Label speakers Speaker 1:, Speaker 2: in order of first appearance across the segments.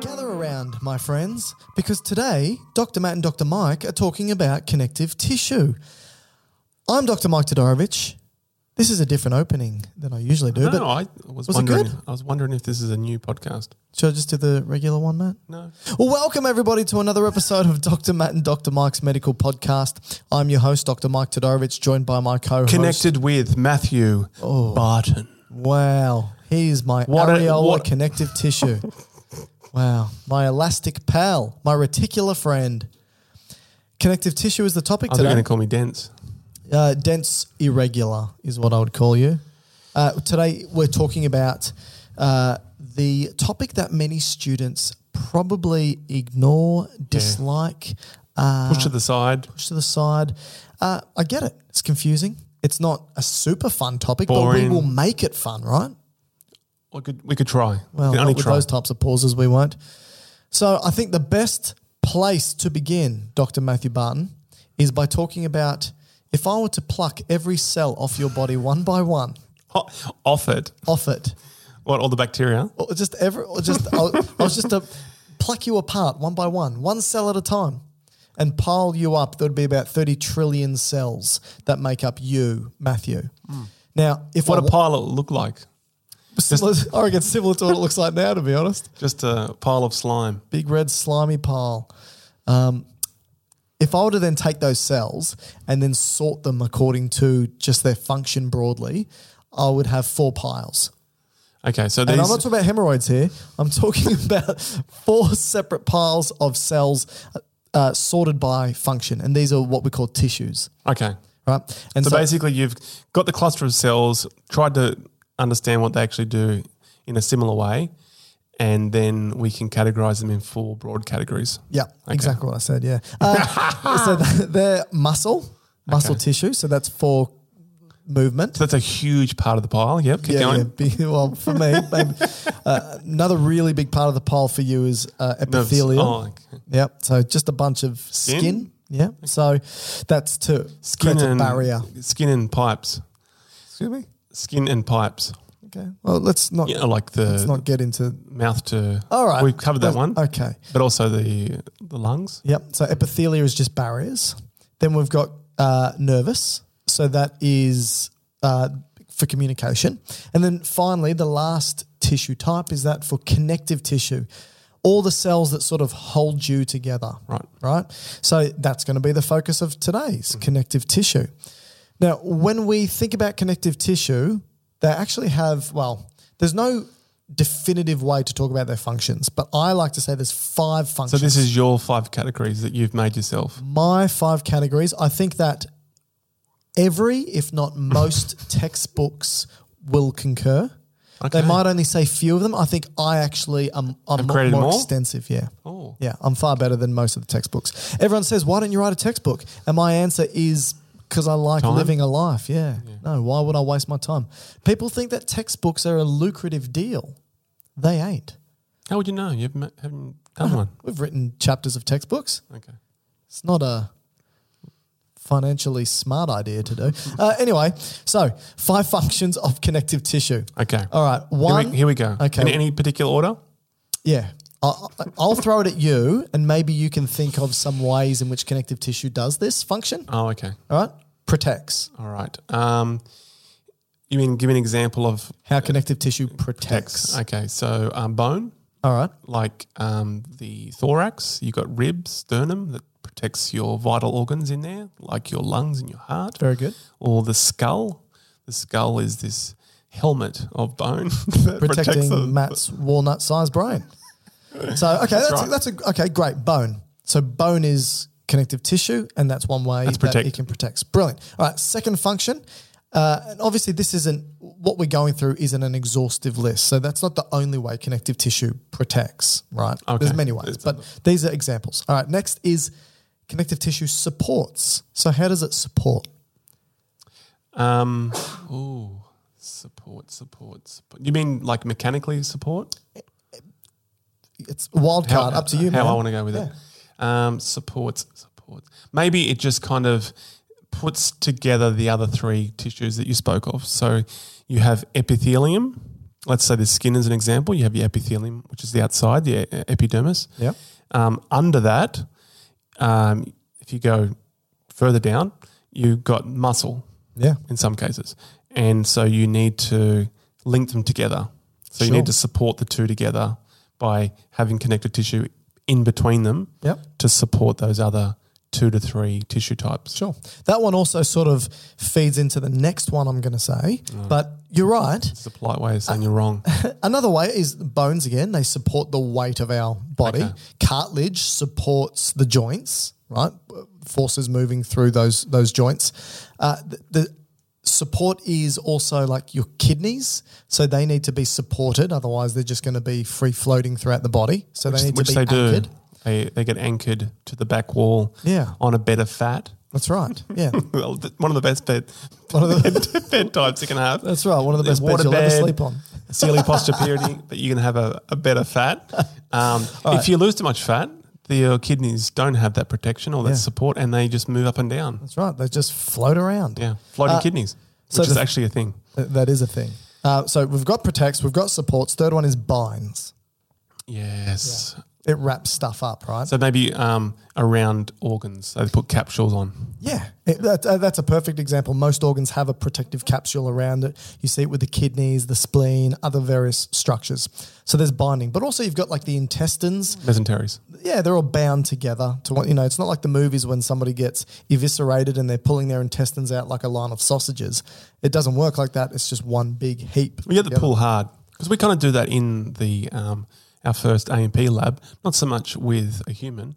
Speaker 1: Gather around, my friends, because today Dr. Matt and Dr. Mike are talking about connective tissue. I'm Dr. Mike Todorovich. This is a different opening than I usually do, but
Speaker 2: no, I was,
Speaker 1: was it
Speaker 2: wondering.
Speaker 1: good?
Speaker 2: I was wondering if this is a new podcast.
Speaker 1: should I just do the regular one, Matt?
Speaker 2: No,
Speaker 1: Well, welcome everybody to another episode of Dr. Matt and Dr. Mike's Medical Podcast. I'm your host, Dr. Mike Todorovich, joined by my co-host.
Speaker 2: connected with Matthew
Speaker 1: Oh.
Speaker 2: Barton.
Speaker 1: Wow, he is my
Speaker 2: What a-
Speaker 1: areola
Speaker 2: what-
Speaker 1: connective tissue. Wow, my elastic pal, my reticular friend. Connective tissue is the topic
Speaker 2: Are they going
Speaker 1: today.
Speaker 2: to call me dense?
Speaker 1: Uh, dense irregular is what I would call you. Uh, today we're talking about uh, the topic that many students probably ignore, dislike, uh,
Speaker 2: Push to the side.
Speaker 1: push to the side. Uh, I get it. It's confusing. It's not a super fun topic, but
Speaker 2: Boring.
Speaker 1: we will make it fun, right?
Speaker 2: We could, we could try.
Speaker 1: Well,
Speaker 2: we can
Speaker 1: not
Speaker 2: only
Speaker 1: with
Speaker 2: try.
Speaker 1: those types of pauses, we won't. So I think the best place to begin, Dr. Matthew Barton, is by talking about if I were to pluck every cell off your body one by one,
Speaker 2: Ho- Off it.
Speaker 1: off it,
Speaker 2: What? All the bacteria.
Speaker 1: or just every, or just I I was just to pluck you apart one by one, one cell at a time, and pile you up. There would be about thirty trillion cells that make up you, Matthew. Now, if
Speaker 2: Hmm. What
Speaker 1: I
Speaker 2: a pile it look like.
Speaker 1: similar, I reckon it's similar to what it looks like now, to be honest.
Speaker 2: Just a pile of slime.
Speaker 1: big red slimy pile. Um, if I were to then take those cells and then sort them according to just their function broadly, I would have four piles.
Speaker 2: Okay, so
Speaker 1: And I'm not
Speaker 2: these
Speaker 1: talking about hemorrhoids here. I'm talking about four separate piles of cells uh, sorted by function. And these are what we call tissues,
Speaker 2: okay.
Speaker 1: right? And
Speaker 2: So, basically, you've got the cluster of cells, tried to understand what they actually do in a similar way, and then we can categorize them in four broad categories.
Speaker 1: Yeah, exactly what I said. Yeah. Uh, so th- they're muscle, muscle tissue. So that's for movement.
Speaker 2: So that's a huge part of the pile. Yep, keep going.
Speaker 1: big- well, for me, maybe. Uh, another really big part of the pile for you is uh,
Speaker 2: Nerves.
Speaker 1: epithelial.
Speaker 2: Oh, okay.
Speaker 1: Yep. So just a bunch of skin.
Speaker 2: Skin?
Speaker 1: Yeah. So that's to
Speaker 2: Skin
Speaker 1: create a
Speaker 2: and
Speaker 1: barrier.
Speaker 2: Skin and pipes.
Speaker 1: Excuse me.
Speaker 2: Skin and pipes.
Speaker 1: Okay. Well, let's not
Speaker 2: You know, like the
Speaker 1: let's not get into.
Speaker 2: mouth to.
Speaker 1: All right.
Speaker 2: we've covered that
Speaker 1: That's-
Speaker 2: one.
Speaker 1: Okay.
Speaker 2: But also the the lungs.
Speaker 1: Yep. So epithelia is just barriers. Then we've got uh, nervous. So that is uh, for communication. And then finally, the last tissue type is that for connective tissue, all the cells that sort of hold you together.
Speaker 2: Right.
Speaker 1: Right. So that's going to be the focus of today's connective tissue. Now, when we think about connective tissue, they actually have, well, there's no definitive way to talk about their functions, but I like to say there's five
Speaker 2: So
Speaker 1: functions
Speaker 2: this is your five categories that you've made yourself.
Speaker 1: my five categories. I think that every, if not most, textbooks will concur. They might only say few of them. I think I actually am I'm
Speaker 2: Have
Speaker 1: mo-
Speaker 2: created
Speaker 1: more,
Speaker 2: more?
Speaker 1: extensive. Yeah.
Speaker 2: Oh.
Speaker 1: Yeah, I'm far better than most of the textbooks. Everyone says, "Why don't you write a textbook?" And my answer is because I like
Speaker 2: Time?
Speaker 1: living a life. Yeah. No, why would I waste my time? People think that textbooks are a lucrative deal. They ain't.
Speaker 2: How would you know? You haven't ma- haven't done one.
Speaker 1: We've written chapters of textbooks.
Speaker 2: Okay.
Speaker 1: It's not a financially smart idea to do. Uh, anyway, so five functions of connective tissue.
Speaker 2: Okay.
Speaker 1: All right.
Speaker 2: Here
Speaker 1: One.
Speaker 2: we, here we go.
Speaker 1: Okay.
Speaker 2: Any, any particular order?
Speaker 1: Yeah. I'll, I'll throw it at you, and maybe you can think of some ways in which connective tissue does this function.
Speaker 2: Oh, okay.
Speaker 1: All right. Protects.
Speaker 2: All right. Um, you mean give me an example of
Speaker 1: How connective tissue protects.
Speaker 2: Okay. So um, bone,
Speaker 1: All right.
Speaker 2: like um, the thorax, you've got ribs, sternum that protects your vital organs in there, like your lungs and your heart.
Speaker 1: Very good.
Speaker 2: Or the skull. The skull is this helmet of bone that protects
Speaker 1: Protecting
Speaker 2: the,
Speaker 1: Matt's walnut sized brain. So, okay, that's,
Speaker 2: right.
Speaker 1: that's a, okay, great. Bone. So, bone is connective tissue, and that's one way
Speaker 2: That's
Speaker 1: that
Speaker 2: protect.
Speaker 1: it can protect. Brilliant. All right, second function. Uh, and obviously, this isn't what we're going through isn't an exhaustive list. So, that's not the only way connective tissue protects, right? There's
Speaker 2: Okay.
Speaker 1: many ways, but these are examples. All right, next is connective tissue supports. So, how does it support?
Speaker 2: Um, ooh, support, support, support. You mean like mechanically support?
Speaker 1: It's wild
Speaker 2: How-
Speaker 1: card, up to you.
Speaker 2: How
Speaker 1: man.
Speaker 2: I want to go with it. Um, supports, supports. Maybe it just kind of puts together the other three tissues that you spoke of. So you have epithelium. Let's say the skin is an example. You have your epithelium, which is the outside, the e- epidermis.
Speaker 1: Yeah.
Speaker 2: Um, under that, um, if you go further down, you've got muscle
Speaker 1: Yeah.
Speaker 2: in some cases. And so you need to link them together. So you
Speaker 1: Sure.
Speaker 2: need to support the two together by having connective tissue in between them
Speaker 1: Yep.
Speaker 2: to support those other two to three tissue types.
Speaker 1: Sure. That one also sort of feeds into the next one I'm going to say,
Speaker 2: Oh.
Speaker 1: but you're right.
Speaker 2: It's a polite way of
Speaker 1: Uh,
Speaker 2: saying you're wrong.
Speaker 1: Another way is bones again, they support the weight of our body. Cartilage supports the joints, right? Forces moving through those those joints. Uh, the, the support is also like your kidneys, so they need to be supported otherwise they're just going to be free floating throughout the body. So they need
Speaker 2: Which
Speaker 1: to be
Speaker 2: they do.
Speaker 1: anchored.
Speaker 2: They, they get anchored to the back wall
Speaker 1: Yeah.
Speaker 2: on a bed of fat.
Speaker 1: That's right. Yeah.
Speaker 2: Well, th- One of the best bed,
Speaker 1: One of the-
Speaker 2: bed types you can have.
Speaker 1: that's right. One of the best beds you'll ever
Speaker 2: Waterbed.
Speaker 1: sleep on.
Speaker 2: Ceiling posture purity, but you can have a, a better fat. Um, If you lose too much fat, the, your kidneys don't have that protection or that
Speaker 1: Yeah.
Speaker 2: support, and they just move up and down.
Speaker 1: That's right. They just float around.
Speaker 2: Yeah, floating kidneys,
Speaker 1: so
Speaker 2: which is
Speaker 1: the-
Speaker 2: actually a thing.
Speaker 1: Th- That is a thing. Uh, so we've got protects, we've got supports. Third one is binds.
Speaker 2: Yes.
Speaker 1: It wraps stuff up, right?
Speaker 2: So maybe um, around organs, so they put capsules on.
Speaker 1: yeah, it, that, uh, that's a perfect example. Most organs have a protective capsule around it. You see it with the kidneys, the spleen, other various structures. So there's binding, but also you've got like the intestines.
Speaker 2: Mesenteries.
Speaker 1: Yeah, they're all bound together to one. You know, it's not like the movies when somebody gets eviscerated and they're pulling their intestines out like a line of sausages. It doesn't work like that. It's just one big heap.
Speaker 2: We have to
Speaker 1: together.
Speaker 2: pull hard because we kind of do that in the um, our first AMP lab, not so much with a human,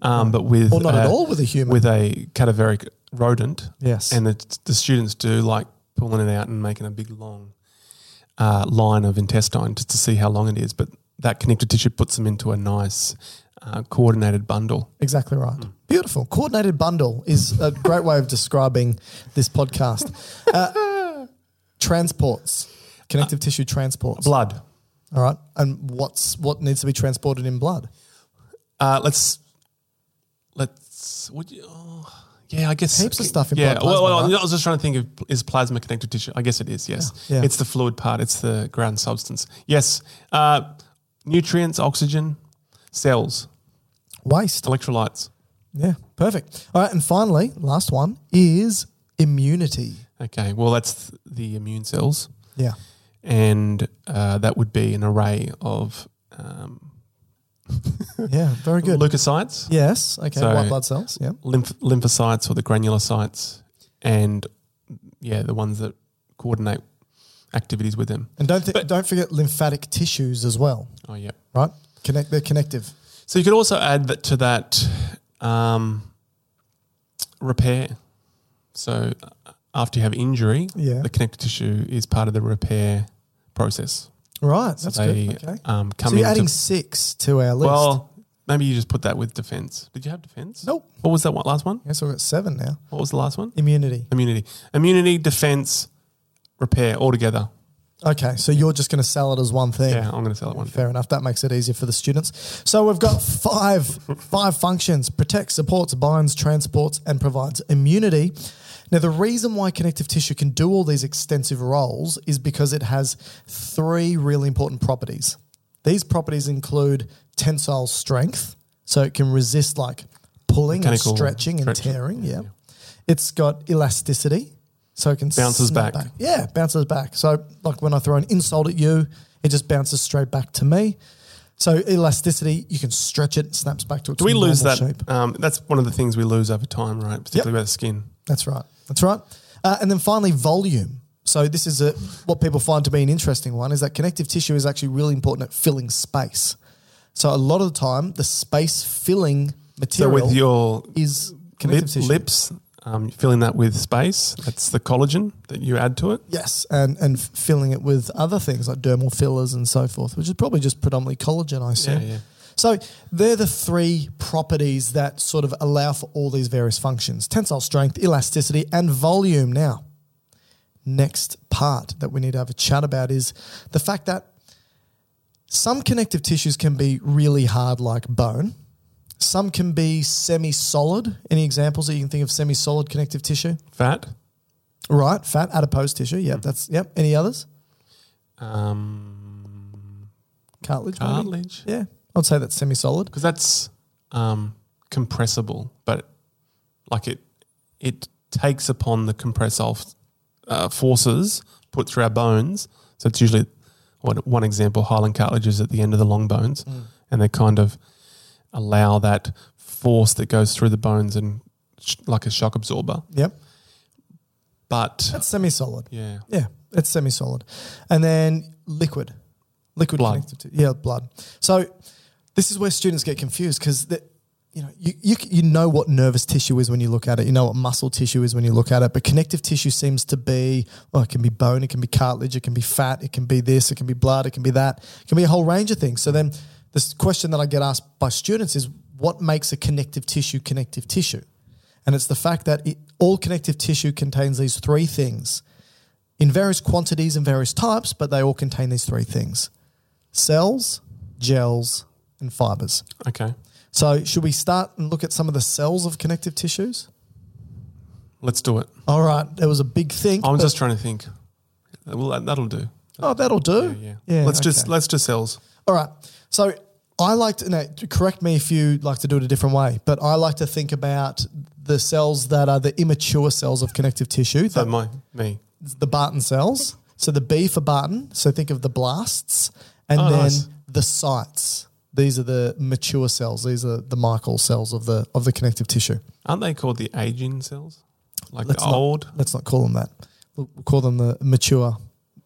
Speaker 2: um, but with
Speaker 1: Or not at all with a human.
Speaker 2: with a cadaveric rodent.
Speaker 1: Yes.
Speaker 2: and the, the students do like pulling it out and making a big long uh, line of intestine just to see how long it is. But that connective tissue puts them into a nice uh, coordinated bundle.
Speaker 1: Exactly right. Beautiful. Coordinated bundle is a great way of describing this podcast. Uh, transports, connective tissue transports.
Speaker 2: Blood.
Speaker 1: All right. And what's what needs to be transported in blood?
Speaker 2: Uh, let's let's would you. Oh, yeah, I guess
Speaker 1: Heaps of stuff in
Speaker 2: yeah.
Speaker 1: blood
Speaker 2: well,
Speaker 1: plasma,
Speaker 2: well,
Speaker 1: right?
Speaker 2: I was just trying to think of is plasma connective tissue. I guess it is. Yes,
Speaker 1: Yeah. Yeah.
Speaker 2: it's the fluid part. It's the ground substance. Yes, uh, nutrients, oxygen, cells,
Speaker 1: Waste.
Speaker 2: electrolytes.
Speaker 1: Yeah. Perfect. All right. And finally, last one is immunity.
Speaker 2: Okay, well that's the immune cells,
Speaker 1: Yeah.
Speaker 2: and uh, that would be an array of um,
Speaker 1: Yeah. Very good.
Speaker 2: leukocytes,
Speaker 1: yes. Okay.
Speaker 2: So-
Speaker 1: White blood cells. Yeah.
Speaker 2: lymph- lymphocytes, or the granulocytes, and yeah, the ones that coordinate activities with them.
Speaker 1: And don't thi-
Speaker 2: But-
Speaker 1: don't forget lymphatic tissues as well.
Speaker 2: Oh yeah.
Speaker 1: Right. Connect. They're connective.
Speaker 2: So you could also add that to that um, repair. So uh, after you have injury,
Speaker 1: Yeah.
Speaker 2: the connective tissue is part of the repair process.
Speaker 1: Right, that's
Speaker 2: they
Speaker 1: good. Okay.
Speaker 2: um, come
Speaker 1: so you're
Speaker 2: into-
Speaker 1: adding six to our list.
Speaker 2: Well, maybe you just put that with defense. Did you have defense?
Speaker 1: Nope.
Speaker 2: What was that one, last one?
Speaker 1: yeah, so we've got seven now.
Speaker 2: What was the last one?
Speaker 1: Immunity.
Speaker 2: Immunity. Immunity, defense, repair, all together.
Speaker 1: Okay, so you're just going to sell it as one thing.
Speaker 2: Yeah, I'm going to sell it one.
Speaker 1: Fair enough. That makes it easier for the students. So we've got five five functions: protects, supports, binds, transports, and provides immunity. Now, the reason why connective tissue can do all these extensive roles is because it has three really important properties. These properties include tensile strength, so it can resist like pulling and
Speaker 2: Mechanical
Speaker 1: stretching and
Speaker 2: stretching.
Speaker 1: tearing. Yeah. It's got elasticity, so it can
Speaker 2: Bounces
Speaker 1: snap
Speaker 2: back.
Speaker 1: Yeah, bounces back. So, like when I throw an insult at you, it just bounces straight back to me. So, elasticity, you can stretch it, snaps back to its
Speaker 2: Do we lose
Speaker 1: normal
Speaker 2: that?
Speaker 1: shape.
Speaker 2: Um, that's one of the things we lose over time, right? Particularly with the skin.
Speaker 1: That's right. That's right. Uh, and then finally, volume. So, this is a, what people find to be an interesting one is that connective tissue is actually really important at filling space. So, a lot of the time, the space filling
Speaker 2: So
Speaker 1: material
Speaker 2: with your
Speaker 1: is
Speaker 2: lip,
Speaker 1: connective tissue.
Speaker 2: lips, um, filling that with space. That's the collagen that you add to it.
Speaker 1: Yes, and and f- filling it with other things like dermal fillers and so forth, which is probably just predominantly collagen, I assume.
Speaker 2: yeah.
Speaker 1: So they're the three properties that sort of allow for all these various functions: tensile strength, elasticity, and volume. Now, next part that we need to have a chat about is the fact that some connective tissues can be really hard, like bone. Some can be semi-solid. Any examples that you can think of semi-solid connective tissue?
Speaker 2: Fat.
Speaker 1: Right, fat, adipose tissue. Yep, that's yep. Any others?
Speaker 2: Um,
Speaker 1: Cartilage. maybe?
Speaker 2: cartilage.
Speaker 1: Yeah, I'd say that's semi-solid.
Speaker 2: because that's um, compressible, but like it it takes upon the compressile uh, forces put through our bones. So it's usually one, one example: hyaline cartilage is at the end of the long bones, and they kind of allow that force that goes through the bones and sh- like a shock absorber.
Speaker 1: Yep,
Speaker 2: But
Speaker 1: that's semi-solid.
Speaker 2: yeah,
Speaker 1: Yeah, it's semi-solid, and then liquid, liquid
Speaker 2: Blood.
Speaker 1: connective tissue. Yeah, blood. So this is where students get confused because you know you, you c- you know what nervous tissue is when you look at it. You know what muscle tissue is when you look at it. But connective tissue seems to be well, it can be bone, it can be cartilage, it can be fat, it can be this, it can be blood, it can be that, it can be a whole range of things. So then this question that I get asked by students is what makes a connective tissue connective tissue, and it's the fact that it, all connective tissue contains these three things in various quantities and various types, but they all contain these three things cells, gels, and fibers.
Speaker 2: okay.
Speaker 1: So, should we start and look at some of the cells of connective tissues?
Speaker 2: Let's do it.
Speaker 1: All right, there was a big thing.
Speaker 2: I'm just trying to think. Well, that- that'll do.
Speaker 1: Oh, that'll do.
Speaker 2: Yeah. let's just
Speaker 1: okay.
Speaker 2: let's just cells.
Speaker 1: All right. So I like to, now, correct me if you like to do it a different way, but I like to think about the cells that are the immature cells of connective tissue,
Speaker 2: So
Speaker 1: that
Speaker 2: my me.
Speaker 1: the Barton cells. So the B for Barton. So think of the blasts, and
Speaker 2: Oh,
Speaker 1: then
Speaker 2: nice.
Speaker 1: the sites. These are the mature cells. These are the Michael cells of the of the connective tissue.
Speaker 2: Aren't they called the aging cells? Like
Speaker 1: Let's
Speaker 2: the old?
Speaker 1: Not, let's not call them that. We'll we'll call them the mature,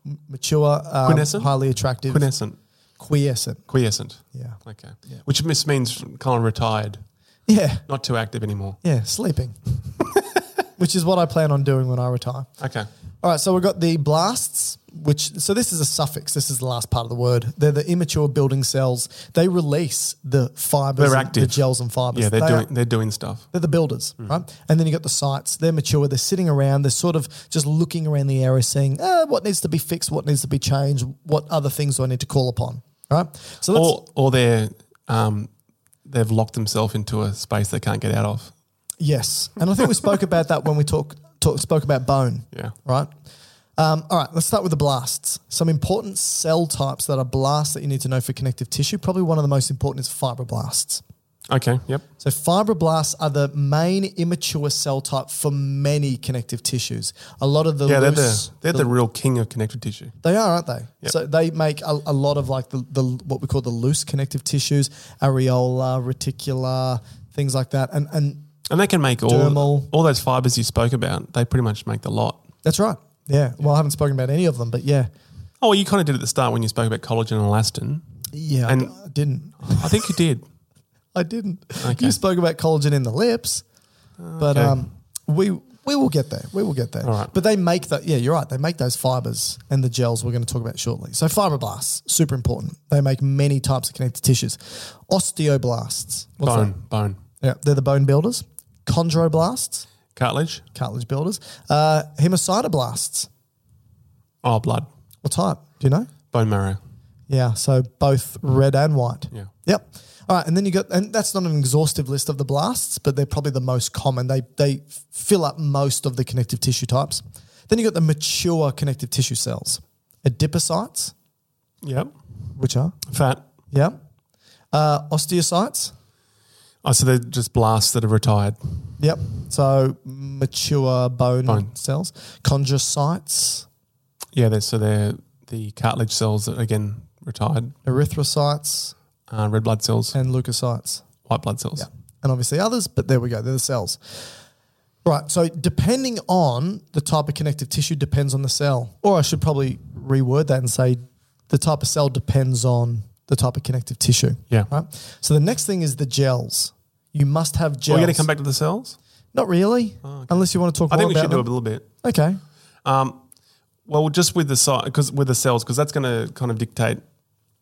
Speaker 1: m- mature, um,
Speaker 2: Quiescent?
Speaker 1: highly attractive,
Speaker 2: Quiescent.
Speaker 1: quiescent.
Speaker 2: Quiescent.
Speaker 1: Yeah,
Speaker 2: Okay. Which mis- means kind of retired,
Speaker 1: yeah,
Speaker 2: not too active anymore.
Speaker 1: yeah. Sleeping, which is what I plan on doing when I retire.
Speaker 2: Okay.
Speaker 1: All right, so we've got the blasts, which, so this is a suffix. This is the last part of the word. They're the immature building cells. They release the fibers,
Speaker 2: They're
Speaker 1: and the
Speaker 2: active.
Speaker 1: gels and fibers.
Speaker 2: Yeah, they're
Speaker 1: They are-
Speaker 2: doing Mm. they're doing stuff.
Speaker 1: they're the builders, right? And then you got the sites. They're mature. They're sitting around. They're sort of just looking around the area, seeing uh, what needs to be fixed, what needs to be changed, what other things do I need to call upon, right? So that's,
Speaker 2: Or or they're um they've locked themselves into a space they can't get out of.
Speaker 1: yes, and I think we spoke about that when we talk, talk spoke about bone.
Speaker 2: Yeah.
Speaker 1: right? Um, all right, let's start with the blasts. Some important cell types that are blasts that you need to know for connective tissue. Probably one of the most important is fibroblasts.
Speaker 2: Okay. Yep.
Speaker 1: So, fibroblasts are the main immature cell type for many connective tissues. A lot of the
Speaker 2: Yeah, they're
Speaker 1: loose-
Speaker 2: the they're the real king of connective tissue.
Speaker 1: they are, aren't they?
Speaker 2: Yep.
Speaker 1: So they make a, a lot of like the, the what we call the loose connective tissues, areola, reticular, things like that. And and
Speaker 2: And they can make all
Speaker 1: Dermal.
Speaker 2: all those fibers you spoke about, they pretty much make the lot.
Speaker 1: that's right. Yeah. Well, I haven't spoken about any of them, but yeah,
Speaker 2: Oh, well, you kind of did at the start when you spoke about collagen and elastin.
Speaker 1: yeah. I
Speaker 2: And-
Speaker 1: d- I didn't.
Speaker 2: I think you did.
Speaker 1: I didn't.
Speaker 2: Okay.
Speaker 1: You spoke about collagen in the lips, but um, we We will get there. We will get there.
Speaker 2: All right.
Speaker 1: But they make that. Yeah, you're right. They make those fibers and the gels we're going to talk about shortly. So fibroblasts, super important. They make many types of connective tissues. Osteoblasts, what's
Speaker 2: bone, bone,
Speaker 1: that? Yeah, they're the bone builders. Chondroblasts,
Speaker 2: cartilage,
Speaker 1: cartilage builders. Uh, hemocytoblasts,
Speaker 2: oh, blood,
Speaker 1: what type? Do you know?
Speaker 2: bone marrow.
Speaker 1: Yeah, so both red and white.
Speaker 2: Yeah.
Speaker 1: Yep. All right, and then you got, and that's not an exhaustive list of the blasts, but they're probably the most common. They they fill up most of the connective tissue types. Then you got the mature connective tissue cells, adipocytes,
Speaker 2: Yep.
Speaker 1: which are
Speaker 2: Fat.
Speaker 1: yeah, uh, osteocytes.
Speaker 2: Oh, so they're just blasts that are retired.
Speaker 1: Yep. So mature bone,
Speaker 2: Bone.
Speaker 1: cells, chondrocytes,
Speaker 2: Yeah, they're, so they're the cartilage cells that again retired,
Speaker 1: erythrocytes,
Speaker 2: uh, red blood cells,
Speaker 1: and leukocytes.
Speaker 2: white blood cells.
Speaker 1: and obviously others, but there we go, they're the cells. Right, so depending on the type of connective tissue depends on the cell. Or I should probably reword that and say the type of cell depends on the type of connective tissue.
Speaker 2: Yeah.
Speaker 1: Right? So the next thing is the gels. You must have
Speaker 2: We're
Speaker 1: gels.
Speaker 2: going to come back to the cells.
Speaker 1: Not really, unless you want to talk
Speaker 2: I
Speaker 1: more
Speaker 2: think we
Speaker 1: about
Speaker 2: should do a
Speaker 1: them.
Speaker 2: little bit.
Speaker 1: Okay.
Speaker 2: Well, just with the si- cause with the cells, because that's going to kind of dictate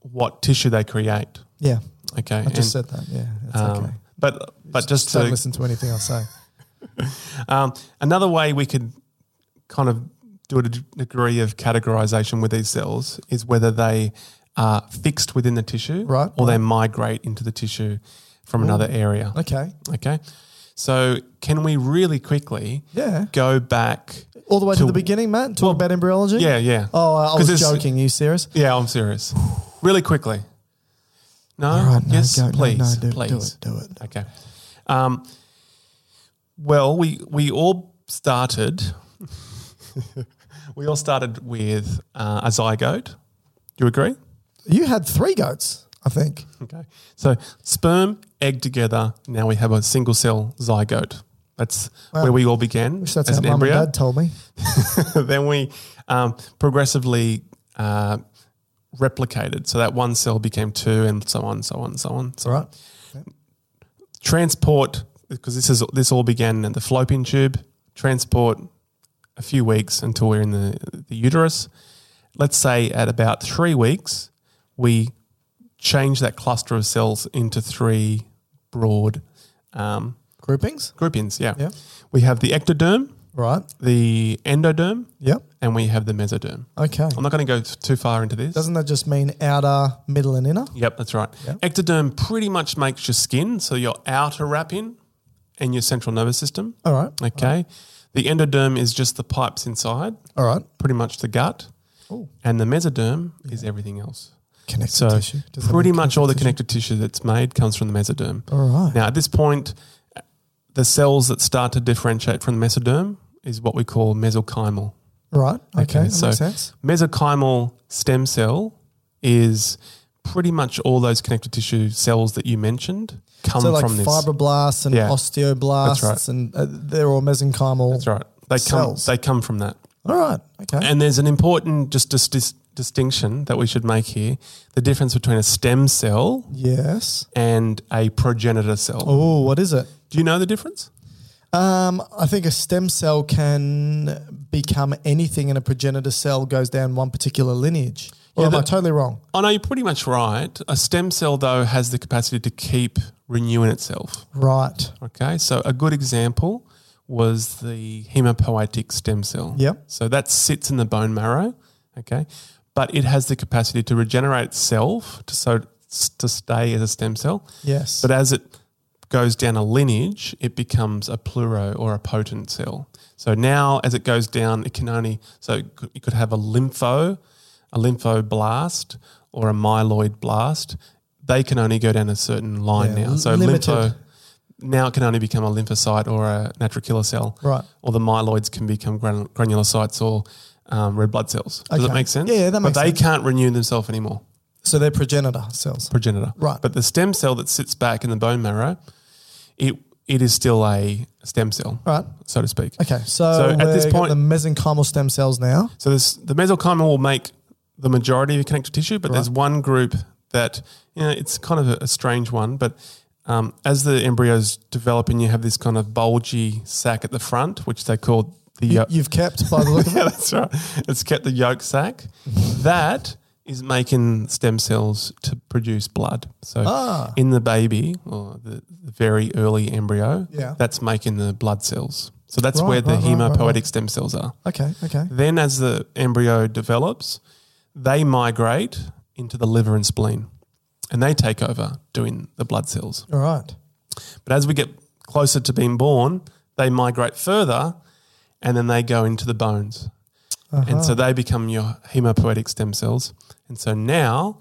Speaker 2: what tissue they create.
Speaker 1: Yeah.
Speaker 2: Okay,
Speaker 1: I just said that. Yeah, that's
Speaker 2: um,
Speaker 1: okay.
Speaker 2: But but just,
Speaker 1: Don't
Speaker 2: to,
Speaker 1: listen to anything I say.
Speaker 2: um, another way we could kind of do a d- degree of categorization with these cells is whether they are fixed within the tissue,
Speaker 1: Right,
Speaker 2: or
Speaker 1: right.
Speaker 2: they migrate into the tissue from another area.
Speaker 1: Okay.
Speaker 2: Okay. So can we really quickly
Speaker 1: Yeah.
Speaker 2: go back?
Speaker 1: All the way to,
Speaker 2: To-
Speaker 1: the beginning, Matt, talk
Speaker 2: Well,
Speaker 1: about embryology?
Speaker 2: Yeah, yeah.
Speaker 1: Oh, I I
Speaker 2: 'Cause
Speaker 1: was
Speaker 2: it's-
Speaker 1: joking. you serious?
Speaker 2: Yeah, I'm serious. Really quickly. No,
Speaker 1: All right, no,
Speaker 2: yes,
Speaker 1: go- no,
Speaker 2: please,
Speaker 1: no, do- do
Speaker 2: please,
Speaker 1: it, do it.
Speaker 2: Okay. Um, well, we we all started. we all started with uh, a zygote. Do you agree?
Speaker 1: You had three goats, I think.
Speaker 2: Okay. So sperm, egg together. Now we have a single cell zygote. That's where we all began
Speaker 1: Wish that's
Speaker 2: as
Speaker 1: how
Speaker 2: an
Speaker 1: mum
Speaker 2: embryo.
Speaker 1: and dad told me.
Speaker 2: then we um, progressively uh, replicated. So that one cell became two, and so on, so on, so on. So
Speaker 1: All right.
Speaker 2: transport, because this is this all began in the fallopian tube. Transport a few weeks until we're in the, the uterus. Let's say at about three weeks, we change that cluster of cells into three broad um,
Speaker 1: Groupings.
Speaker 2: groupings. Yeah.
Speaker 1: Yeah.
Speaker 2: we have the ectoderm,
Speaker 1: Right.
Speaker 2: the endoderm,
Speaker 1: Yep.
Speaker 2: and we have the mesoderm.
Speaker 1: Okay.
Speaker 2: I'm not going to go too far into this.
Speaker 1: Doesn't that just mean outer, middle, and inner?
Speaker 2: yep, that's right.
Speaker 1: Yep.
Speaker 2: Ectoderm pretty much makes your skin, so your outer wrapping and your central nervous system.
Speaker 1: All right.
Speaker 2: Okay. The endoderm is just the pipes inside,
Speaker 1: All right.
Speaker 2: pretty much the gut.
Speaker 1: Ooh.
Speaker 2: And the mesoderm is everything else.
Speaker 1: Connective
Speaker 2: So
Speaker 1: tissue. Does that
Speaker 2: pretty
Speaker 1: mean
Speaker 2: much all the
Speaker 1: connective
Speaker 2: connective tissue that's made comes from the mesoderm.
Speaker 1: All right.
Speaker 2: Now, at this point, the cells that start to differentiate from the mesoderm is what we call mesenchymal.
Speaker 1: tissue? Right. Okay. that
Speaker 2: so
Speaker 1: makes sense.
Speaker 2: mesenchymal stem cell is pretty much all those connective tissue cells that you mentioned come
Speaker 1: So like
Speaker 2: from this.
Speaker 1: fibroblasts and
Speaker 2: Yeah.
Speaker 1: osteoblasts,
Speaker 2: That's
Speaker 1: and uh, they're all mesenchymal.
Speaker 2: That's right. They
Speaker 1: Cells.
Speaker 2: come. They come from that.
Speaker 1: All right. Okay.
Speaker 2: And there's an important just dis- dis- distinction that we should make here: the difference between a stem cell
Speaker 1: yes.
Speaker 2: and a progenitor cell.
Speaker 1: Oh, what is it?
Speaker 2: Do you know the difference?
Speaker 1: Um, I think a stem cell can become anything, and a progenitor cell goes down one particular lineage. Or
Speaker 2: Yeah,
Speaker 1: am I
Speaker 2: that-
Speaker 1: totally wrong?
Speaker 2: I know Oh, you're pretty much right. A stem cell, though, has the capacity to keep renewing itself.
Speaker 1: Right.
Speaker 2: Okay, so a good example was the hemopoietic stem cell.
Speaker 1: Yep.
Speaker 2: So that sits in the bone marrow. Okay, but it has the capacity to regenerate itself to so to stay as a stem cell.
Speaker 1: Yes.
Speaker 2: But uh, as it goes down a lineage, it becomes a pluro or a potent cell. So now, as it goes down, it can only so it could, you could have a lympho, a lymphoblast, or a myeloid blast. They can only go down a certain line
Speaker 1: Yeah,
Speaker 2: now. So
Speaker 1: limited.
Speaker 2: lympho now it can only become a lymphocyte or a natural killer cell.
Speaker 1: Right.
Speaker 2: Or the myeloids can become gran- granulocytes or um, red blood cells. Does
Speaker 1: Okay.
Speaker 2: that make sense?
Speaker 1: Yeah, yeah, that makes
Speaker 2: But they
Speaker 1: sense.
Speaker 2: can't renew themselves anymore
Speaker 1: So they're progenitor cells.
Speaker 2: progenitor.
Speaker 1: Right.
Speaker 2: But the stem cell that sits back in the bone marrow, it it is still a stem cell,
Speaker 1: All right.
Speaker 2: so to speak.
Speaker 1: Okay. So,
Speaker 2: at this point,
Speaker 1: the mesenchymal stem cells now.
Speaker 2: so this, the mesenchyma will make the majority of your connective tissue, but there's one group that you know it's kind of a, a strange one, but Um, as the embryos develop, and you have this kind of bulgy sac at the front, which they call the uh,
Speaker 1: You,
Speaker 2: yolk.
Speaker 1: You've kept by the look of
Speaker 2: yeah,
Speaker 1: it.
Speaker 2: that's right. It's kept the yolk sac. That is making stem cells to produce blood. So
Speaker 1: Ah.
Speaker 2: in the baby or the, the very early embryo,
Speaker 1: Yeah.
Speaker 2: that's making the blood cells. So that's
Speaker 1: Right,
Speaker 2: where the
Speaker 1: right, right, right,
Speaker 2: hemopoietic
Speaker 1: right.
Speaker 2: stem cells are.
Speaker 1: Okay, okay.
Speaker 2: Then, as the embryo develops, they migrate into the liver and spleen and they take over doing the blood cells.
Speaker 1: All right.
Speaker 2: But as we get closer to being born, they migrate further and then they go into the bones. And so they become your hemopoietic stem cells. And so now,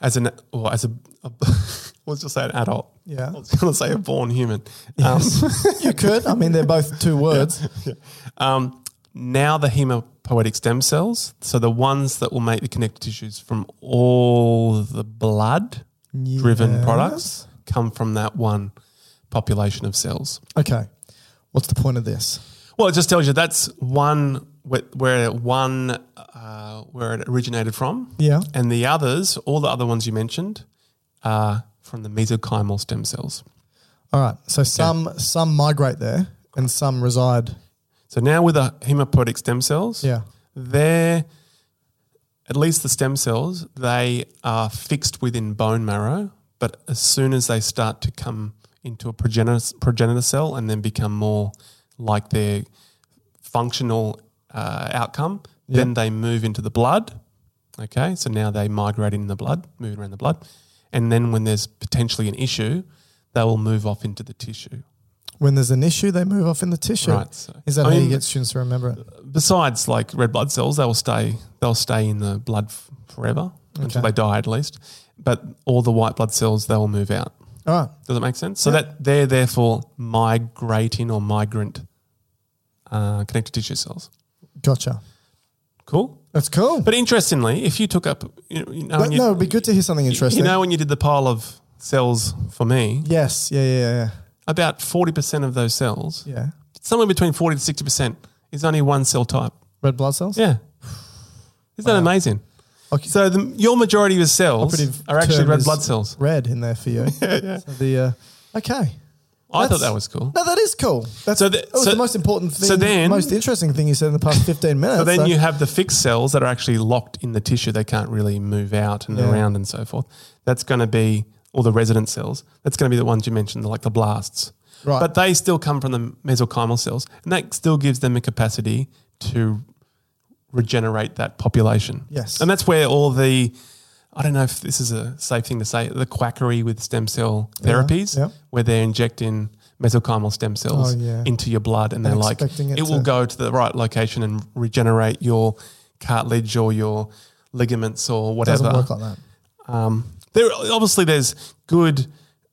Speaker 2: as an, or as a, a let's just say an adult.
Speaker 1: Yeah.
Speaker 2: I was going to say a born human. Um,
Speaker 1: You could. I mean, they're both two words.
Speaker 2: um, now the hemopoietic stem cells, so the ones that will make the connective tissues from all the blood driven products, come from that one population of cells.
Speaker 1: Okay. What's the point of this?
Speaker 2: Well, it just tells you that's one where, where one uh, where it originated from.
Speaker 1: Yeah.
Speaker 2: and the others, all the other ones you mentioned, are from the mesenchymal stem cells.
Speaker 1: All right. So some some migrate there and some reside.
Speaker 2: So now with the hemopoietic stem cells,
Speaker 1: Yeah.
Speaker 2: they're at least the stem cells they are fixed within bone marrow but as soon as they start to come into a progenitor, progenitor cell and then become more like their functional uh, outcome then they move into the blood okay so now they migrate in the blood moving around the blood and then when there's potentially an issue they will move off into the tissue
Speaker 1: When there's an issue, they move off in the tissue.
Speaker 2: Right, so-
Speaker 1: Is that
Speaker 2: I
Speaker 1: how you
Speaker 2: mean-
Speaker 1: get students to remember it?
Speaker 2: besides like red blood cells, they will stay they'll stay in the blood f- forever until
Speaker 1: Okay.
Speaker 2: they die at least. But all the white blood cells they will move out.
Speaker 1: All right.
Speaker 2: Does that make sense? So that they're therefore migrating or migrant uh, connective tissue cells.
Speaker 1: Gotcha.
Speaker 2: Cool.
Speaker 1: That's cool.
Speaker 2: But interestingly, if you took up, you know, you know,
Speaker 1: But
Speaker 2: when you-
Speaker 1: no, it'd be good to hear something interesting.
Speaker 2: You know, when you did the pile of cells for me,
Speaker 1: yes. Yeah. Yeah. Yeah.
Speaker 2: about forty percent of those cells,
Speaker 1: Yeah.
Speaker 2: somewhere between forty to sixty percent, is only one cell type.
Speaker 1: Red blood cells.
Speaker 2: Yeah. Isn't that amazing?
Speaker 1: Okay.
Speaker 2: So the, your majority of your cells
Speaker 1: Operative
Speaker 2: are actually
Speaker 1: term
Speaker 2: red
Speaker 1: is
Speaker 2: blood cells.
Speaker 1: Red in there for you. So the uh, okay.
Speaker 2: I
Speaker 1: That's-
Speaker 2: thought that was cool.
Speaker 1: No, that is cool. That's
Speaker 2: So
Speaker 1: so
Speaker 2: the-
Speaker 1: that was
Speaker 2: so-
Speaker 1: the most important
Speaker 2: so
Speaker 1: thing.
Speaker 2: then-
Speaker 1: most interesting thing you said in the past fifteen minutes.
Speaker 2: So then you have the fixed cells that are actually locked in the tissue. They can't really move out and
Speaker 1: Yeah.
Speaker 2: around and so forth. That's going to be all the resident cells. That's going to be the ones you mentioned, like the blasts.
Speaker 1: Right.
Speaker 2: But they still come from the mesenchymal cells, and that still gives them a capacity to regenerate that population.
Speaker 1: Yes.
Speaker 2: And that's where all the I don't know if this is a safe thing to say, the quackery with stem cell therapies,
Speaker 1: yeah.
Speaker 2: where they're injecting mesenchymal stem cells
Speaker 1: Oh, yeah.
Speaker 2: into your blood,
Speaker 1: And
Speaker 2: and they're like,
Speaker 1: expecting
Speaker 2: it,
Speaker 1: it
Speaker 2: will
Speaker 1: to-
Speaker 2: go to the right location and regenerate your cartilage or your ligaments or
Speaker 1: it doesn't
Speaker 2: whatever.
Speaker 1: work like that.
Speaker 2: Um, there obviously there's good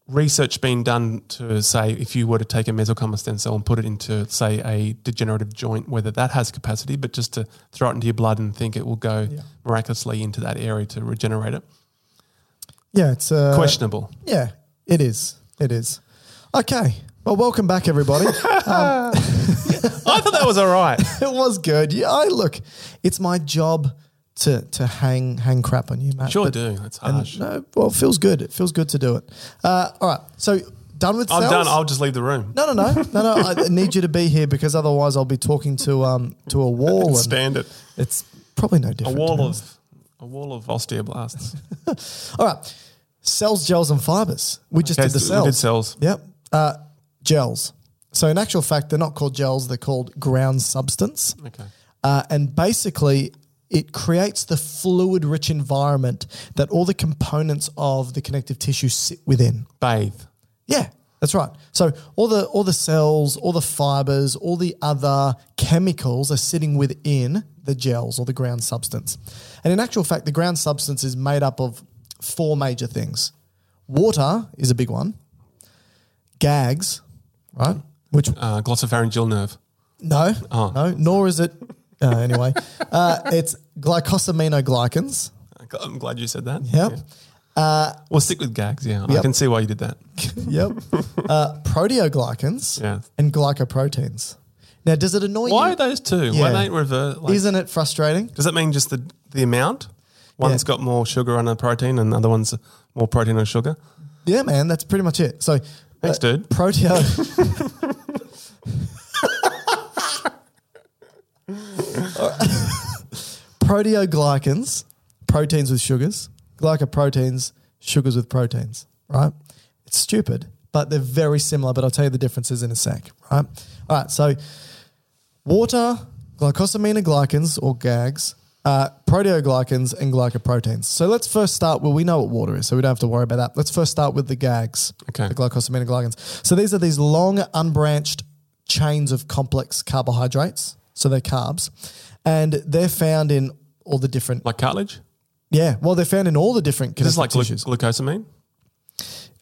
Speaker 2: research being done to say if you were to take a mesenchymal stem cell and put it into say a degenerative joint, whether that has capacity, but just to throw it into your blood and think it will go miraculously into that area to regenerate it,
Speaker 1: Yeah, it's uh,
Speaker 2: questionable.
Speaker 1: Yeah, it is. It is. Okay. Well, welcome back, everybody. um,
Speaker 2: I thought that was all right.
Speaker 1: it was good. Yeah, I look. It's my job to to hang hang crap on you, Matt.
Speaker 2: Sure
Speaker 1: but-
Speaker 2: do. Ah, That's
Speaker 1: and
Speaker 2: harsh.
Speaker 1: no, well, it feels good. It feels good to do it. Uh, all right. So done with.
Speaker 2: I'm
Speaker 1: cells?
Speaker 2: done. I'll just leave the room.
Speaker 1: No, no, no, no, no. I need you to be here because otherwise I'll be talking to um to a wall. and
Speaker 2: Expand it.
Speaker 1: it's probably no
Speaker 2: A
Speaker 1: different. to
Speaker 2: wall
Speaker 1: be
Speaker 2: of
Speaker 1: honest.
Speaker 2: a wall of osteoblasts.
Speaker 1: All right. Cells, gels, and fibers. We just
Speaker 2: Okay,
Speaker 1: did the
Speaker 2: so we
Speaker 1: cells.
Speaker 2: did cells.
Speaker 1: Yep. Uh, gels. So in actual fact, they're not called gels. They're called ground substance.
Speaker 2: Okay.
Speaker 1: Uh, and basically, it creates the fluid-rich environment that all the components of the connective tissue sit within.
Speaker 2: Bathe.
Speaker 1: Yeah, that's right. So all the all the cells, all the fibers, all the other chemicals are sitting within the gels or the ground substance. And in actual fact, the ground substance is made up of four major things. Water is a big one. Gags, right? Which
Speaker 2: Uh, glossopharyngeal nerve.
Speaker 1: no,
Speaker 2: Oh.
Speaker 1: no, nor is it. Uh, anyway, uh, it's glycosaminoglycans.
Speaker 2: I'm glad you said that.
Speaker 1: Yep.
Speaker 2: Yeah. We'll stick with gags. Yeah, I
Speaker 1: Yep.
Speaker 2: can see why you did that.
Speaker 1: Yep. Uh, proteoglycans
Speaker 2: Yeah.
Speaker 1: and glycoproteins. Now, does it annoy
Speaker 2: Why
Speaker 1: you?
Speaker 2: are those two? Why
Speaker 1: Yeah.
Speaker 2: don't reverse? Like,
Speaker 1: Isn't it frustrating?
Speaker 2: does that mean just the the amount? One's got more sugar on a protein, and the other one's more protein on sugar.
Speaker 1: yeah, man, that's pretty much it. So, uh,
Speaker 2: Thanks, dude.
Speaker 1: Proteo. Proteoglycans, proteins with sugars, glycoproteins, sugars with proteins, right? It's stupid, but they're very similar, but I'll tell you the differences in a sec, right? All right, so water, glycosaminoglycans or GAGs, uh, proteoglycans, and glycoproteins. So let's first start. Well, we know what water is, so we don't have to worry about that. Let's first start with the GAGs,
Speaker 2: Okay.
Speaker 1: the glycosaminoglycans. So these are these long, unbranched chains of complex carbohydrates. So they're carbs, and they're found in all the different.
Speaker 2: Like cartilage?
Speaker 1: yeah, well, they're found in all the different.
Speaker 2: Is this
Speaker 1: connective
Speaker 2: like glu-
Speaker 1: tissues.
Speaker 2: glucosamine?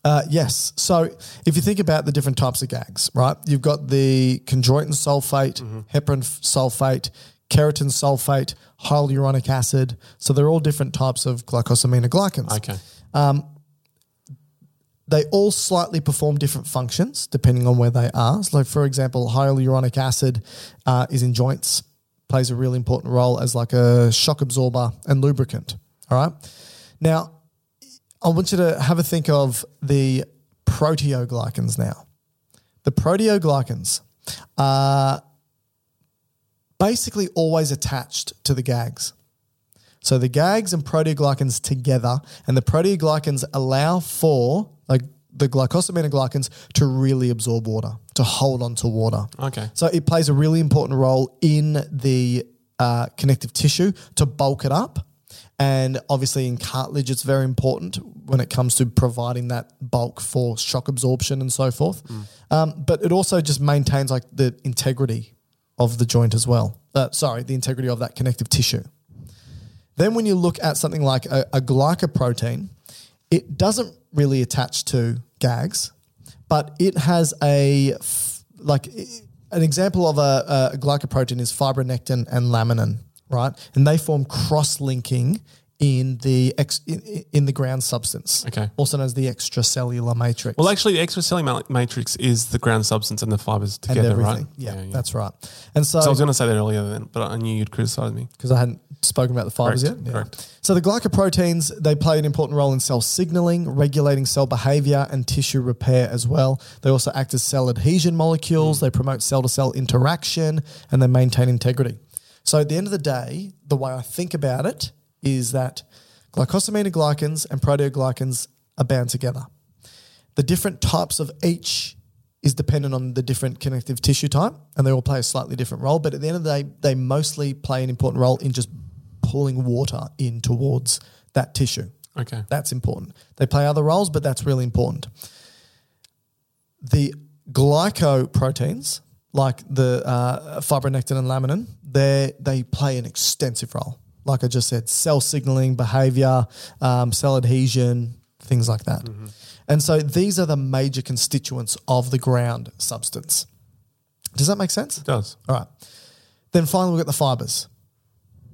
Speaker 1: Uh, yes. So if you think about the different types of gags, right? You've got the chondroitin sulfate, heparin f- sulfate, keratin sulfate, hyaluronic acid. So they're all different types of glycosaminoglycans.
Speaker 2: Okay.
Speaker 1: They all slightly perform different functions depending on where they are. So, like for example, hyaluronic acid uh, is in joints, plays a really important role as like a shock absorber and lubricant. All right. Now, I want you to have a think of the proteoglycans now. The proteoglycans are basically always attached to the gags. So the gags and proteoglycans together, and the proteoglycans allow for like the glycosaminoglycans to really absorb water, to hold on to water.
Speaker 2: Okay.
Speaker 1: So it plays a really important role in the uh, connective tissue to bulk it up. And obviously, in cartilage, it's very important when it comes to providing that bulk for shock absorption and so forth. Um, but it also just maintains like the integrity of the joint as well. Uh, sorry, the integrity of that connective tissue. Then, when you look at something like a, a glycoprotein, it doesn't really attach to gags, but it has a f- like i- an example of a, a glycoprotein is fibronectin and laminin, right? And they form cross-linking in the ex, in, in the ground substance,
Speaker 2: Okay.
Speaker 1: also known as the extracellular matrix.
Speaker 2: Well, actually, the extracellular ma- matrix is the ground substance and the fibers
Speaker 1: and
Speaker 2: together,
Speaker 1: everything,
Speaker 2: right?
Speaker 1: yeah, that's right. And so,
Speaker 2: So I was going to say that earlier, then, but I knew you'd criticize me.
Speaker 1: because I hadn't spoken about the fibers
Speaker 2: Correct,
Speaker 1: yet.
Speaker 2: correct.
Speaker 1: So the glycoproteins they play an important role in cell signaling, regulating cell behavior and tissue repair as well. They also act as cell adhesion
Speaker 2: Mm.
Speaker 1: molecules. They promote cell to cell interaction and they maintain integrity. So at the end of the day, the way I think about it is that glycosaminoglycans and proteoglycans are bound together. The different types of each is dependent on the different connective tissue type, and they all play a slightly different role. But at the end of the day, they mostly play an important role in just pulling water in towards that tissue.
Speaker 2: Okay.
Speaker 1: That's important. They play other roles, but that's really important. The glycoproteins, like the uh, fibronectin and laminin, they they play an extensive role. Like I just said, cell signaling, behavior, um, cell adhesion, things like that. And so these are the major constituents of the ground substance. Does that make sense?
Speaker 2: It does.
Speaker 1: All right. Then finally, we've got the fibers.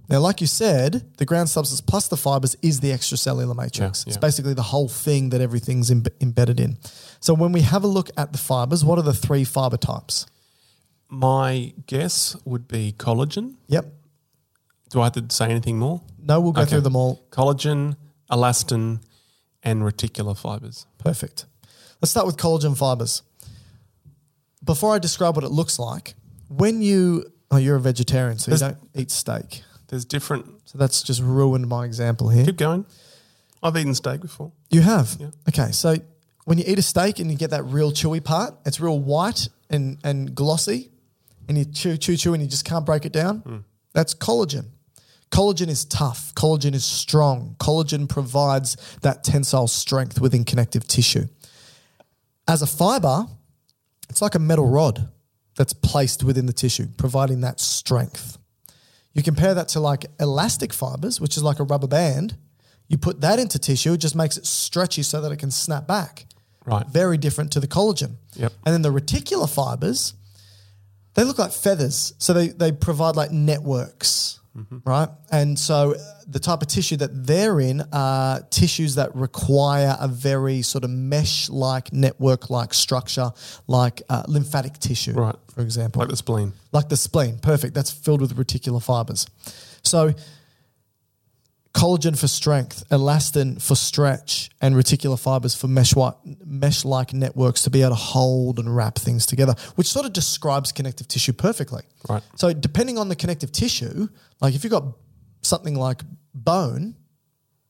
Speaker 1: Now, like you said, the ground substance plus the fibers is the extracellular matrix.
Speaker 2: Yeah,
Speaker 1: It's
Speaker 2: yeah.
Speaker 1: basically the whole thing that everything's imbe- embedded in. So, when we have a look at the fibers, what are the three fiber types?
Speaker 2: My guess would be collagen.
Speaker 1: Yep.
Speaker 2: Do I have to say anything more?
Speaker 1: No, we'll go
Speaker 2: Okay.
Speaker 1: through them all.
Speaker 2: Collagen, elastin, and reticular fibers.
Speaker 1: Perfect. Let's start with collagen fibers. Before I describe what it looks like, when you, oh, you're a vegetarian, so you
Speaker 2: There's-
Speaker 1: don't eat steak.
Speaker 2: There's different.
Speaker 1: So, that's just ruined my example here.
Speaker 2: Keep going. I've eaten steak before.
Speaker 1: You have?
Speaker 2: Yeah.
Speaker 1: Okay, so when you eat a steak and you get that real chewy part, it's real white and, and glossy, and you chew, chew, chew, and you just can't break it down, that's collagen. Collagen is tough. Collagen is strong. Collagen provides that tensile strength within connective tissue. As a fiber, it's like a metal rod that's placed within the tissue, providing that strength. You compare that to like elastic fibers, which is like a rubber band. You put that into tissue, it just makes it stretchy so that it can snap back.
Speaker 2: Right.
Speaker 1: Very different to the collagen.
Speaker 2: Yep.
Speaker 1: And then the reticular fibers, they look like feathers. So they, they provide like networks,
Speaker 2: Mm-hmm.
Speaker 1: right? And so uh, the type of tissue that they're in are tissues that require a very sort of mesh like, network like structure, like uh, lymphatic tissue,
Speaker 2: Right.
Speaker 1: for example
Speaker 2: Like the spleen.
Speaker 1: like the spleen. Perfect. That's filled with reticular fibers. So collagen for strength, elastin for stretch, and reticular fibers for mesh mesh like networks to be able to hold and wrap things together, which sort of describes connective tissue perfectly.
Speaker 2: Right.
Speaker 1: So, depending on the connective tissue, like if you've got something like bone,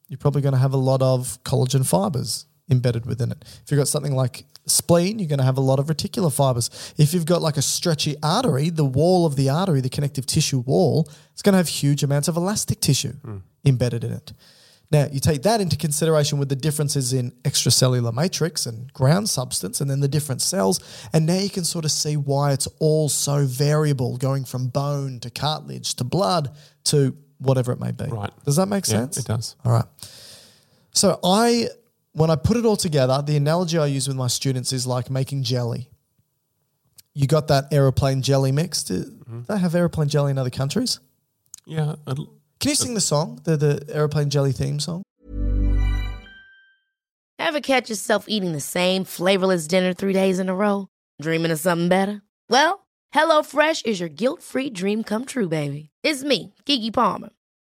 Speaker 1: you're probably going to have a lot of collagen fibers embedded within it. If you've got something like spleen, you're going to have a lot of reticular fibers. If you've got like a stretchy artery, the wall of the artery, the connective tissue wall, it's going to have huge amounts of elastic tissue
Speaker 2: Hmm.
Speaker 1: embedded in it. Now, you take that into consideration with the differences in extracellular matrix and ground substance, and then the different cells. And now you can sort of see why it's all so variable going from bone to cartilage to blood to whatever it may be.
Speaker 2: Right.
Speaker 1: Does that make
Speaker 2: Yeah,
Speaker 1: sense?
Speaker 2: it does.
Speaker 1: All right. So I, when I put it all together, the analogy I use with my students is like making jelly. You got that aeroplane jelly mix. Do
Speaker 2: Mm-hmm.
Speaker 1: they have aeroplane jelly in other countries?
Speaker 2: Yeah. I'd-
Speaker 1: Can you sing the song, the the aeroplane jelly theme song?
Speaker 3: Ever catch yourself eating the same flavorless dinner three days in a row? Dreaming of something better? Well, HelloFresh is your guilt free dream come true, baby. It's me, Gigi Palmer.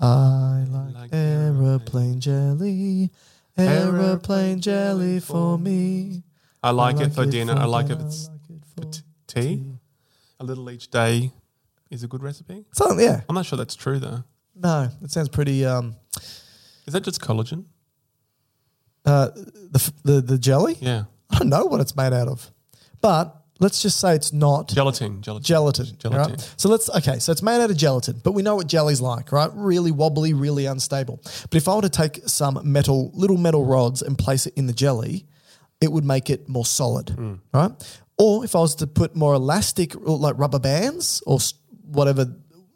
Speaker 1: I like,
Speaker 2: Like
Speaker 1: aeroplane,
Speaker 2: aeroplane.
Speaker 1: jelly, aeroplane jelly for me.
Speaker 2: I like, it for dinner. I like it.
Speaker 1: dinner,
Speaker 2: It's
Speaker 1: I like it
Speaker 2: for
Speaker 1: for
Speaker 2: t- tea. A little each day is a good recipe.
Speaker 1: Something, yeah.
Speaker 2: I'm not sure that's true though.
Speaker 1: No, it sounds pretty. Um,
Speaker 2: Is that just collagen?
Speaker 1: uh, the f- the the jelly.
Speaker 2: Yeah,
Speaker 1: I don't know what it's made out of, but let's just say it's not
Speaker 2: gelatin. Gelatin.
Speaker 1: gelatin.
Speaker 2: Gelatin.
Speaker 1: right? So let's okay. So it's made out of gelatin, but we know what jelly's like, right? Really wobbly, really unstable. But if I were to take some metal, little metal rods, and place it in the jelly, it would make it more solid,
Speaker 2: Mm.
Speaker 1: right? Or if I was to put more elastic, or like rubber bands or s- whatever,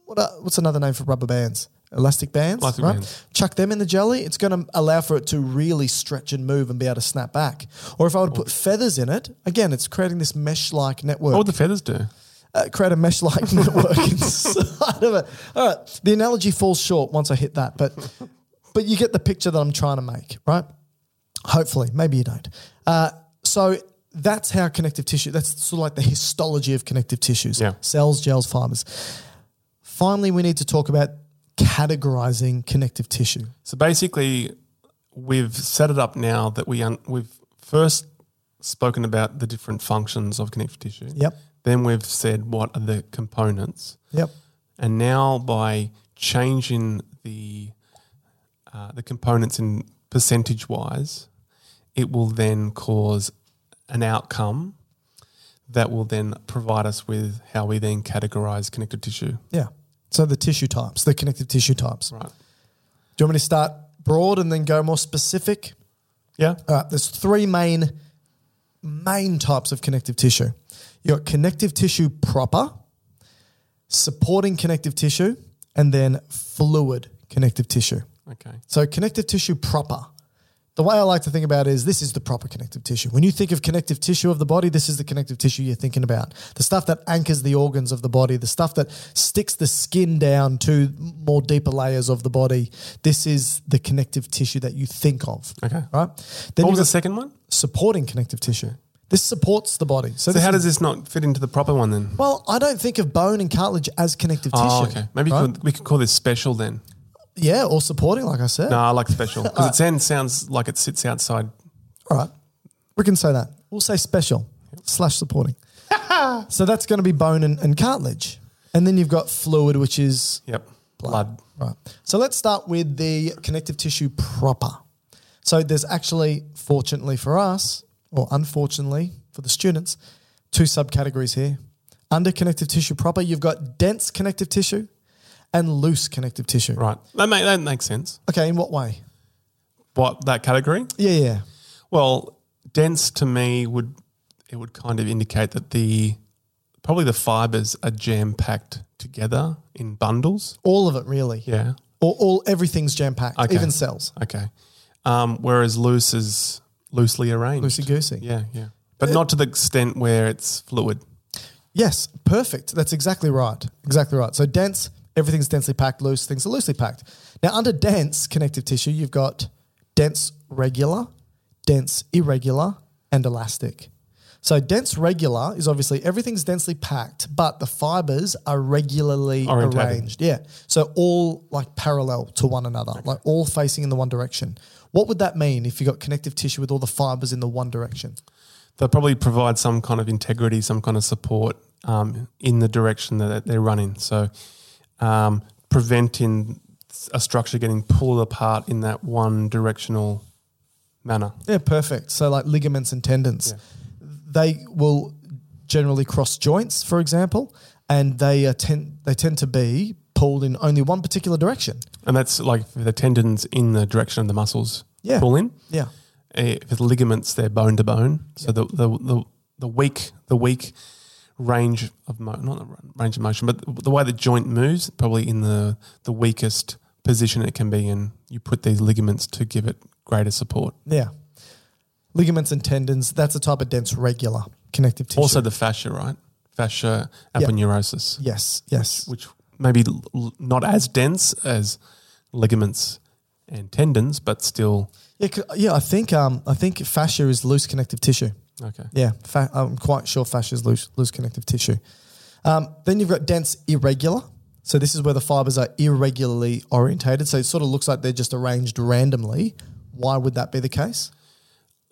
Speaker 1: what are, what's another name for rubber bands? Elastic bands,
Speaker 2: Elastic
Speaker 1: right?
Speaker 2: bands.
Speaker 1: Chuck them in the jelly. It's going to allow for it to really stretch and move and be able to snap back. Or if I were to put feathers in it, again, it's creating this mesh-like network
Speaker 2: What would the feathers do?
Speaker 1: uh, create a mesh like network inside of it. All right, the analogy falls short once I hit that, but but you get the picture that I'm trying to make, right? Hopefully, maybe you don't. Uh, so that's how connective tissue. That's sort of like the histology of connective tissues:
Speaker 2: Yeah.
Speaker 1: cells, gels, fibers. Finally, we need to talk about categorizing connective tissue.
Speaker 2: So basically, we've set it up now that we un- we've first spoken about the different functions of connective tissue.
Speaker 1: Yep.
Speaker 2: Then we've said what are the components,
Speaker 1: Yep.
Speaker 2: and now by changing the uh, the components in percentage wise, it will then cause an outcome that will then provide us with how we then categorize connective tissue.
Speaker 1: Yeah. So the tissue types, the connective tissue types.
Speaker 2: Right.
Speaker 1: Do you want me to start broad and then go more specific?
Speaker 2: Yeah.
Speaker 1: All right, there's three main main types of connective tissue. You got connective tissue proper, supporting connective tissue, and then fluid connective tissue.
Speaker 2: Okay.
Speaker 1: So connective tissue proper. The way I like to think about it is this is the proper connective tissue. When you think of connective tissue of the body, this is the connective tissue you're thinking about. The stuff that anchors the organs of the body, the stuff that sticks the skin down to more deeper layers of the body. This is the connective tissue that you think of.
Speaker 2: Okay.
Speaker 1: Right? Then you've
Speaker 2: what was the
Speaker 1: got-
Speaker 2: second one?
Speaker 1: supporting connective tissue. This supports the body. So,
Speaker 2: So
Speaker 1: this
Speaker 2: how
Speaker 1: is-
Speaker 2: does this not fit into the proper one then?
Speaker 1: Well, I don't think of bone and cartilage as connective
Speaker 2: Oh,
Speaker 1: tissue.
Speaker 2: okay. Maybe you
Speaker 1: right?
Speaker 2: could, we could call this special then.
Speaker 1: yeah, or supporting, like I said.
Speaker 2: No, I like special because it then sounds like it sits outside.
Speaker 1: All right, we can say that. We'll say special slash supporting. so that's going to be bone and, and cartilage. And then you've got fluid, which is
Speaker 2: Yep. Blood.
Speaker 1: Right. So let's start with the connective tissue proper. So there's actually, fortunately for us, or unfortunately for the students, two subcategories here. Under connective tissue proper, you've got dense connective tissue and loose connective tissue.
Speaker 2: Right. That, make, that makes sense.
Speaker 1: Okay, in what way?
Speaker 2: What, that category?
Speaker 1: Yeah, yeah.
Speaker 2: Well, dense to me would it would kind of indicate that the probably the fibers are jam packed together in bundles.
Speaker 1: All of it really.
Speaker 2: Yeah.
Speaker 1: Or all everything's jam packed,
Speaker 2: Okay.
Speaker 1: even cells.
Speaker 2: Okay. Um, whereas loose is loosely arranged.
Speaker 1: Loosey goosey.
Speaker 2: Yeah, yeah. But not to the extent where it's fluid.
Speaker 1: Yes, perfect. That's exactly right. Exactly right. So dense, everything's densely packed, loose, things are loosely packed. Now, under dense connective tissue, you've got dense regular, dense irregular, and elastic. So dense regular is obviously everything's densely packed, but the fibers are regularly
Speaker 2: Orientated.
Speaker 1: arranged. Yeah. So all like parallel to one another, like all facing in the one direction. What would that mean if you got connective tissue with all the fibers in the one direction?
Speaker 2: They'll probably provide some kind of integrity, some kind of support um, in the direction that they're running. So um, preventing a structure getting pulled apart in that one directional manner.
Speaker 1: Yeah, perfect. So like ligaments and tendons, they will generally cross joints, for example, and they uh, tend they tend to be pulled in only one particular direction.
Speaker 2: And that's like the tendons in the direction of the muscles
Speaker 1: Yeah.
Speaker 2: pull in.
Speaker 1: Yeah,
Speaker 2: Eh, If it's ligaments, they're bone to bone. So the, the, the, the weak the weak range of mo- not the range of motion, but the way the joint moves, probably in the the weakest position it can be in. You put these ligaments to give it greater support.
Speaker 1: yeah. Ligaments and tendons. That's a type of dense regular connective tissue.
Speaker 2: Also the fascia, right? Fascia aponeurosis,
Speaker 1: yes, yes,
Speaker 2: which maybe l- l- not as dense as ligaments and tendons, but still
Speaker 1: yeah, c- yeah. I think um, I think fascia is loose connective tissue.
Speaker 2: okay.
Speaker 1: Yeah, fa- I'm quite sure fascia is loose, loose connective tissue. Um, then you've got dense irregular. So this is where the fibers are irregularly orientated. So it sort of looks like they're just arranged randomly. Why would that be the case?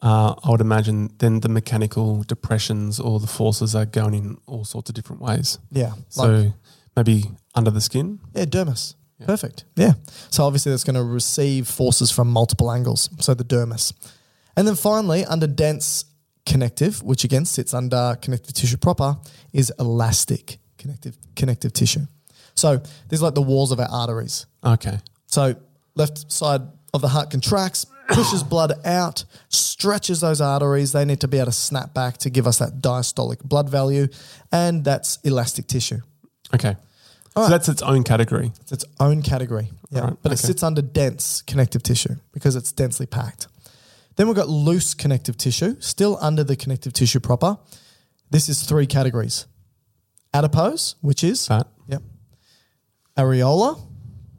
Speaker 2: uh, I would imagine then the mechanical depressions or the forces are going in all sorts of different ways.
Speaker 1: Yeah, like
Speaker 2: So maybe under the skin.
Speaker 1: yeah, dermis. Perfect. Yeah. So obviously that's going to receive forces from multiple angles. So the dermis. And then finally, under dense connective, which again sits under connective tissue proper, is elastic connective connective tissue. So these are like the walls of our arteries.
Speaker 2: Okay.
Speaker 1: So left side of the heart contracts, pushes blood out, stretches those arteries. They need to be able to snap back to give us that diastolic blood value, and that's elastic tissue.
Speaker 2: Okay. so that's its own category.
Speaker 1: It's its own category, yeah,
Speaker 2: Right,
Speaker 1: but it
Speaker 2: okay.
Speaker 1: sits under dense connective tissue because it's densely packed. Then we've got loose connective tissue, still under the connective tissue proper. This is three categories: adipose, which is
Speaker 2: Fat.
Speaker 1: yep, areola,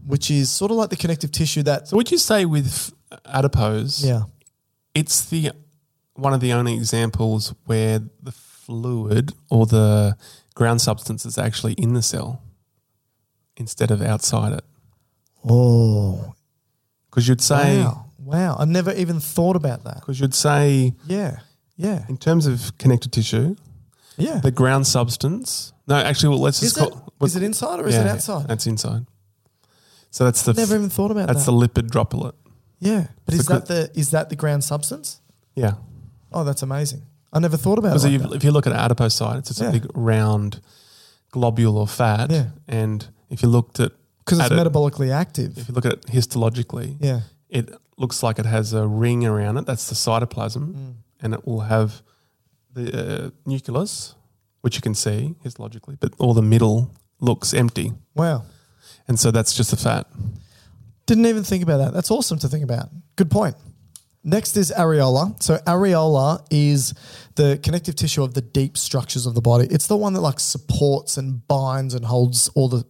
Speaker 1: which is sort of like the connective tissue that
Speaker 2: So would you say with adipose,
Speaker 1: yeah.
Speaker 2: it's the one of the only examples where the fluid or the ground substance is actually in the cell instead of outside it?
Speaker 1: Oh,
Speaker 2: Because you'd say,
Speaker 1: wow. Wow. I've never even thought about that.
Speaker 2: because you'd say,
Speaker 1: Yeah. Yeah.
Speaker 2: in terms of connective tissue,
Speaker 1: Yeah.
Speaker 2: The ground substance. No, actually, well, let's
Speaker 1: is,
Speaker 2: just
Speaker 1: it,
Speaker 2: call.
Speaker 1: is it inside or is it outside?
Speaker 2: That's inside. So that's the.
Speaker 1: never even thought about
Speaker 2: That's
Speaker 1: that.
Speaker 2: the lipid droplet.
Speaker 1: yeah. But is
Speaker 2: the
Speaker 1: that the is that the ground substance?
Speaker 2: Yeah.
Speaker 1: Oh, that's amazing. Oh, I never thought about it.
Speaker 2: Because
Speaker 1: like
Speaker 2: if,
Speaker 1: that.
Speaker 2: if you look at adipocyte, it's just
Speaker 1: Yeah.
Speaker 2: a big round globule or fat.
Speaker 1: Yeah.
Speaker 2: And if you looked at.
Speaker 1: 'Cause it's
Speaker 2: at it-
Speaker 1: metabolically active.
Speaker 2: if you look at it histologically,
Speaker 1: yeah.
Speaker 2: it looks like it has a ring around it. That's the cytoplasm,
Speaker 1: Mm.
Speaker 2: and it will have the uh, nucleus, which you can see histologically, but all the middle looks empty,
Speaker 1: Wow.
Speaker 2: and so that's just the fat.
Speaker 1: Didn't even think about that. That's awesome to think about. Good point. Next is areola. So areola is the connective tissue of the deep structures of the body. It's the one that like supports and binds and holds all the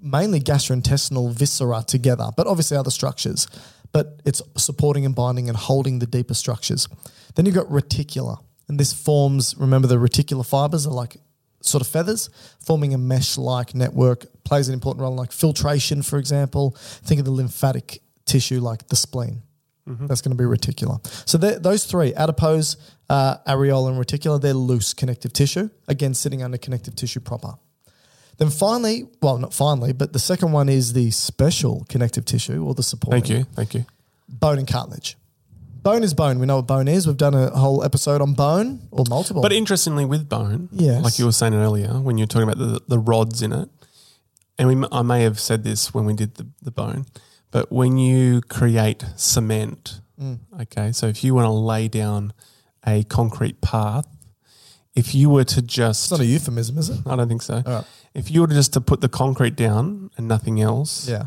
Speaker 1: mainly gastrointestinal viscera together, but obviously other structures. But it's supporting and binding and holding the deeper structures. Then you've got reticular, and this forms, remember, the reticular fibers are like sort of feathers, forming a mesh like network, plays an important role in like filtration, for example. Think of the lymphatic tissue like the spleen. That's going to be reticular. So they're- those three, adipose, uh, areola, and reticular, they're loose connective tissue, again, sitting under connective tissue proper. Then finally, well, not finally, but the second one is the special connective tissue or the support.
Speaker 2: Thank you. Thank you.
Speaker 1: Bone and cartilage. Bone is bone. We know what bone is. We've done a whole episode on bone or multiple.
Speaker 2: But interestingly, with bone,
Speaker 1: Yes.
Speaker 2: like you were saying earlier, when you were talking about the, the rods in it, and we, m- I may have said this when we did the, the bone, but when you create cement,
Speaker 1: Mm.
Speaker 2: okay, so if you want to lay down a concrete path, if you were to just
Speaker 1: it's not a euphemism, is it?
Speaker 2: I don't think so. If you were just to put the concrete down and nothing else,
Speaker 1: Yeah.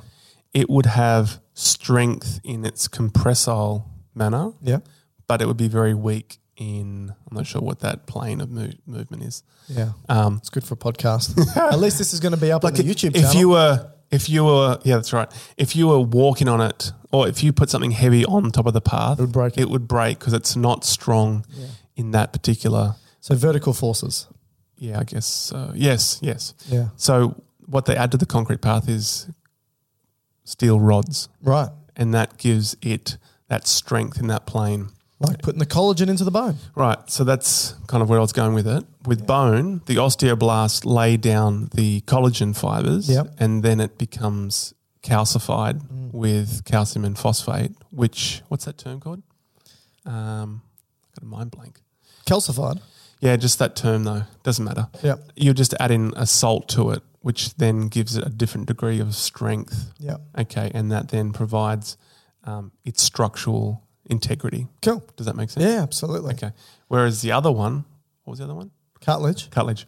Speaker 2: it would have strength in its compressile manner,
Speaker 1: Yeah.
Speaker 2: but it would be very weak in, I'm not sure what that plane of mo- movement is.
Speaker 1: Yeah.
Speaker 2: Um,
Speaker 1: It's good for a podcast. At least this is going to be up on the
Speaker 2: if-
Speaker 1: YouTube
Speaker 2: if
Speaker 1: channel.
Speaker 2: you were, if you were, yeah, that's right. If you were walking on it, or if you put something heavy on top of the path, it
Speaker 1: would break it.
Speaker 2: It would break because it's not strong in that particular.
Speaker 1: so vertical forces.
Speaker 2: Yeah, I guess. So. Yes, yes.
Speaker 1: Yeah.
Speaker 2: So what they add to the concrete path is steel rods,
Speaker 1: Right.
Speaker 2: and that gives it that strength in that plane.
Speaker 1: Like putting the collagen into the bone.
Speaker 2: Right, so that's kind of where I was going with it. With bone, the osteoblasts lay down the collagen fibers,
Speaker 1: Yep. Mm.
Speaker 2: and then it becomes calcified with calcium and phosphate. Which what's that term called? Um, I got a mind blank.
Speaker 1: Calcified.
Speaker 2: Yeah, just that term though doesn't matter.
Speaker 1: Yep.
Speaker 2: you just add in a salt to it, which then gives it a different degree of strength.
Speaker 1: Yep.
Speaker 2: Okay, and that then provides um, its structural integrity.
Speaker 1: Cool.
Speaker 2: Does that make sense?
Speaker 1: Yeah, absolutely.
Speaker 2: Okay. Whereas the other one, what was the other one?
Speaker 1: Cartilage.
Speaker 2: Cartilage.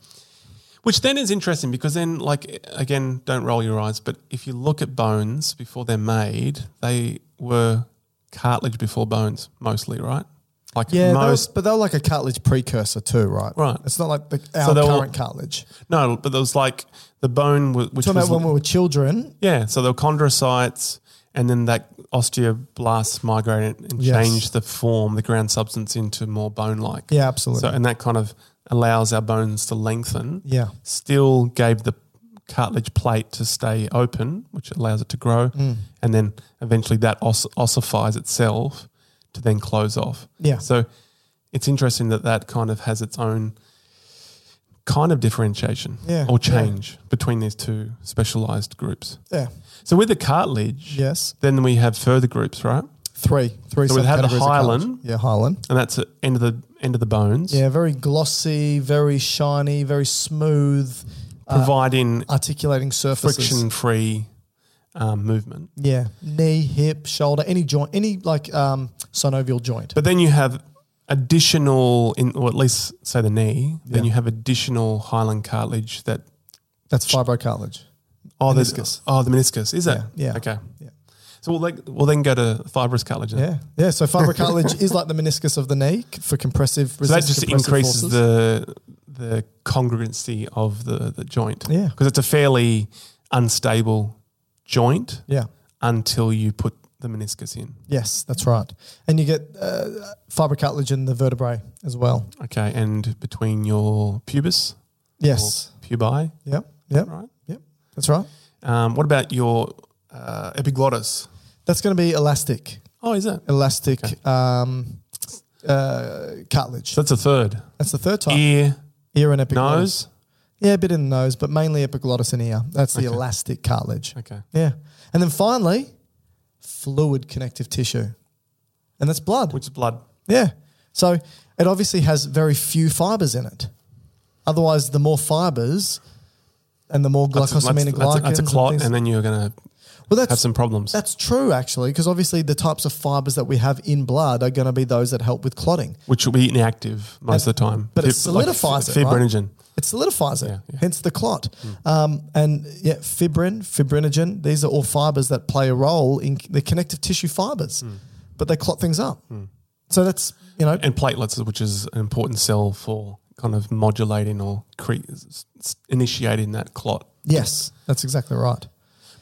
Speaker 2: Which then is interesting because then, like, again, don't roll your eyes, but if you look at bones before they're made, they were cartilage before bones mostly, right? Like
Speaker 1: Yeah, they were-
Speaker 2: most.
Speaker 1: but they were like a cartilage precursor too, right?
Speaker 2: Right.
Speaker 1: It's not like the,
Speaker 2: So
Speaker 1: our
Speaker 2: they were-
Speaker 1: current cartilage.
Speaker 2: no, but there was like the bone, wa- which
Speaker 1: Talking
Speaker 2: was
Speaker 1: about when we were children.
Speaker 2: Yeah, so they were chondrocytes, and then that osteoblasts migrated and
Speaker 1: Yes.
Speaker 2: changed the form, the ground substance, into more bone-like.
Speaker 1: Yeah, absolutely.
Speaker 2: So, and that kind of allows our bones to lengthen.
Speaker 1: Yeah.
Speaker 2: Still gave the cartilage plate to stay open, which allows it to grow,
Speaker 1: Mm.
Speaker 2: and then eventually that os- ossifies itself to then close off.
Speaker 1: Yeah.
Speaker 2: So it's interesting that that kind of has its own kind of differentiation
Speaker 1: Yeah,
Speaker 2: or
Speaker 1: yeah.
Speaker 2: change between these two specialized groups.
Speaker 1: yeah.
Speaker 2: So with the cartilage,
Speaker 1: Yes.
Speaker 2: then we have further groups, right?
Speaker 1: Three. Three
Speaker 2: So we had the
Speaker 1: subcategories of cartilage.
Speaker 2: hyaline.
Speaker 1: Yeah, hyaline.
Speaker 2: And that's the end of the end of the bones,
Speaker 1: Yeah, very glossy, very shiny, very smooth, Uh,
Speaker 2: providing
Speaker 1: articulating surfaces.
Speaker 2: friction-free um, movement.
Speaker 1: Yeah, knee, hip, shoulder, any joint, any like um, synovial joint.
Speaker 2: But then you have additional, in, or at least say the knee. Then you have additional hyaline cartilage that
Speaker 1: That's fibrocartilage.
Speaker 2: oh, there's-
Speaker 1: Meniscus.
Speaker 2: Oh, the meniscus is that?
Speaker 1: Yeah, yeah,
Speaker 2: Okay.
Speaker 1: yeah.
Speaker 2: So we'll, like, we'll then go to fibrous cartilage. then.
Speaker 1: Yeah, yeah. So fibrocartilage is like the meniscus of the knee c- for compressive.
Speaker 2: So that just increases
Speaker 1: forces.
Speaker 2: the the congruency of the the joint.
Speaker 1: Yeah.
Speaker 2: Because it's a fairly unstable joint.
Speaker 1: Yeah.
Speaker 2: until you put the meniscus in.
Speaker 1: Yes, that's right. And you get uh, fibrocartilage in the vertebrae as well.
Speaker 2: Okay, and between your pubis,
Speaker 1: Yes.
Speaker 2: pubi,
Speaker 1: Yep. Yep.
Speaker 2: right?
Speaker 1: Yep. That's right.
Speaker 2: Um, what about your uh, epiglottis?
Speaker 1: That's going to be elastic,
Speaker 2: Oh, is that?
Speaker 1: elastic um, uh, cartilage.
Speaker 2: So that's a third.
Speaker 1: That's the third type.
Speaker 2: Ear,
Speaker 1: Ear and epiglottis.
Speaker 2: nose.
Speaker 1: Yeah, a bit in the nose, but mainly epiglottis and ear. That's the elastic cartilage.
Speaker 2: Okay.
Speaker 1: Yeah. And then finally, fluid connective tissue. And that's blood.
Speaker 2: Which is blood.
Speaker 1: yeah. So it obviously has very few fibers in it. Otherwise, the more fibers and the more
Speaker 2: That's a- that's-
Speaker 1: glycosamine
Speaker 2: that's a- That's a
Speaker 1: and,
Speaker 2: clot, and
Speaker 1: things-
Speaker 2: then you're going to
Speaker 1: well, that's,
Speaker 2: have some problems.
Speaker 1: that's true, actually, because obviously the types of fibers that we have in blood are going to be those that help with clotting.
Speaker 2: which will be inactive most of the time.
Speaker 1: but it
Speaker 2: Fib- like
Speaker 1: solidifies
Speaker 2: f-
Speaker 1: it, right?
Speaker 2: Fibrinogen.
Speaker 1: It solidifies it,
Speaker 2: Yeah, yeah. Hmm.
Speaker 1: hence the clot. Um, and yeah, fibrin, fibrinogen, these are all fibers that play a role in the connective tissue fibers, but they clot things up. So that's, you know,
Speaker 2: Hmm. And platelets, which is an important cell for kind of modulating or cre- s- s- initiating that clot.
Speaker 1: yes, that's exactly right.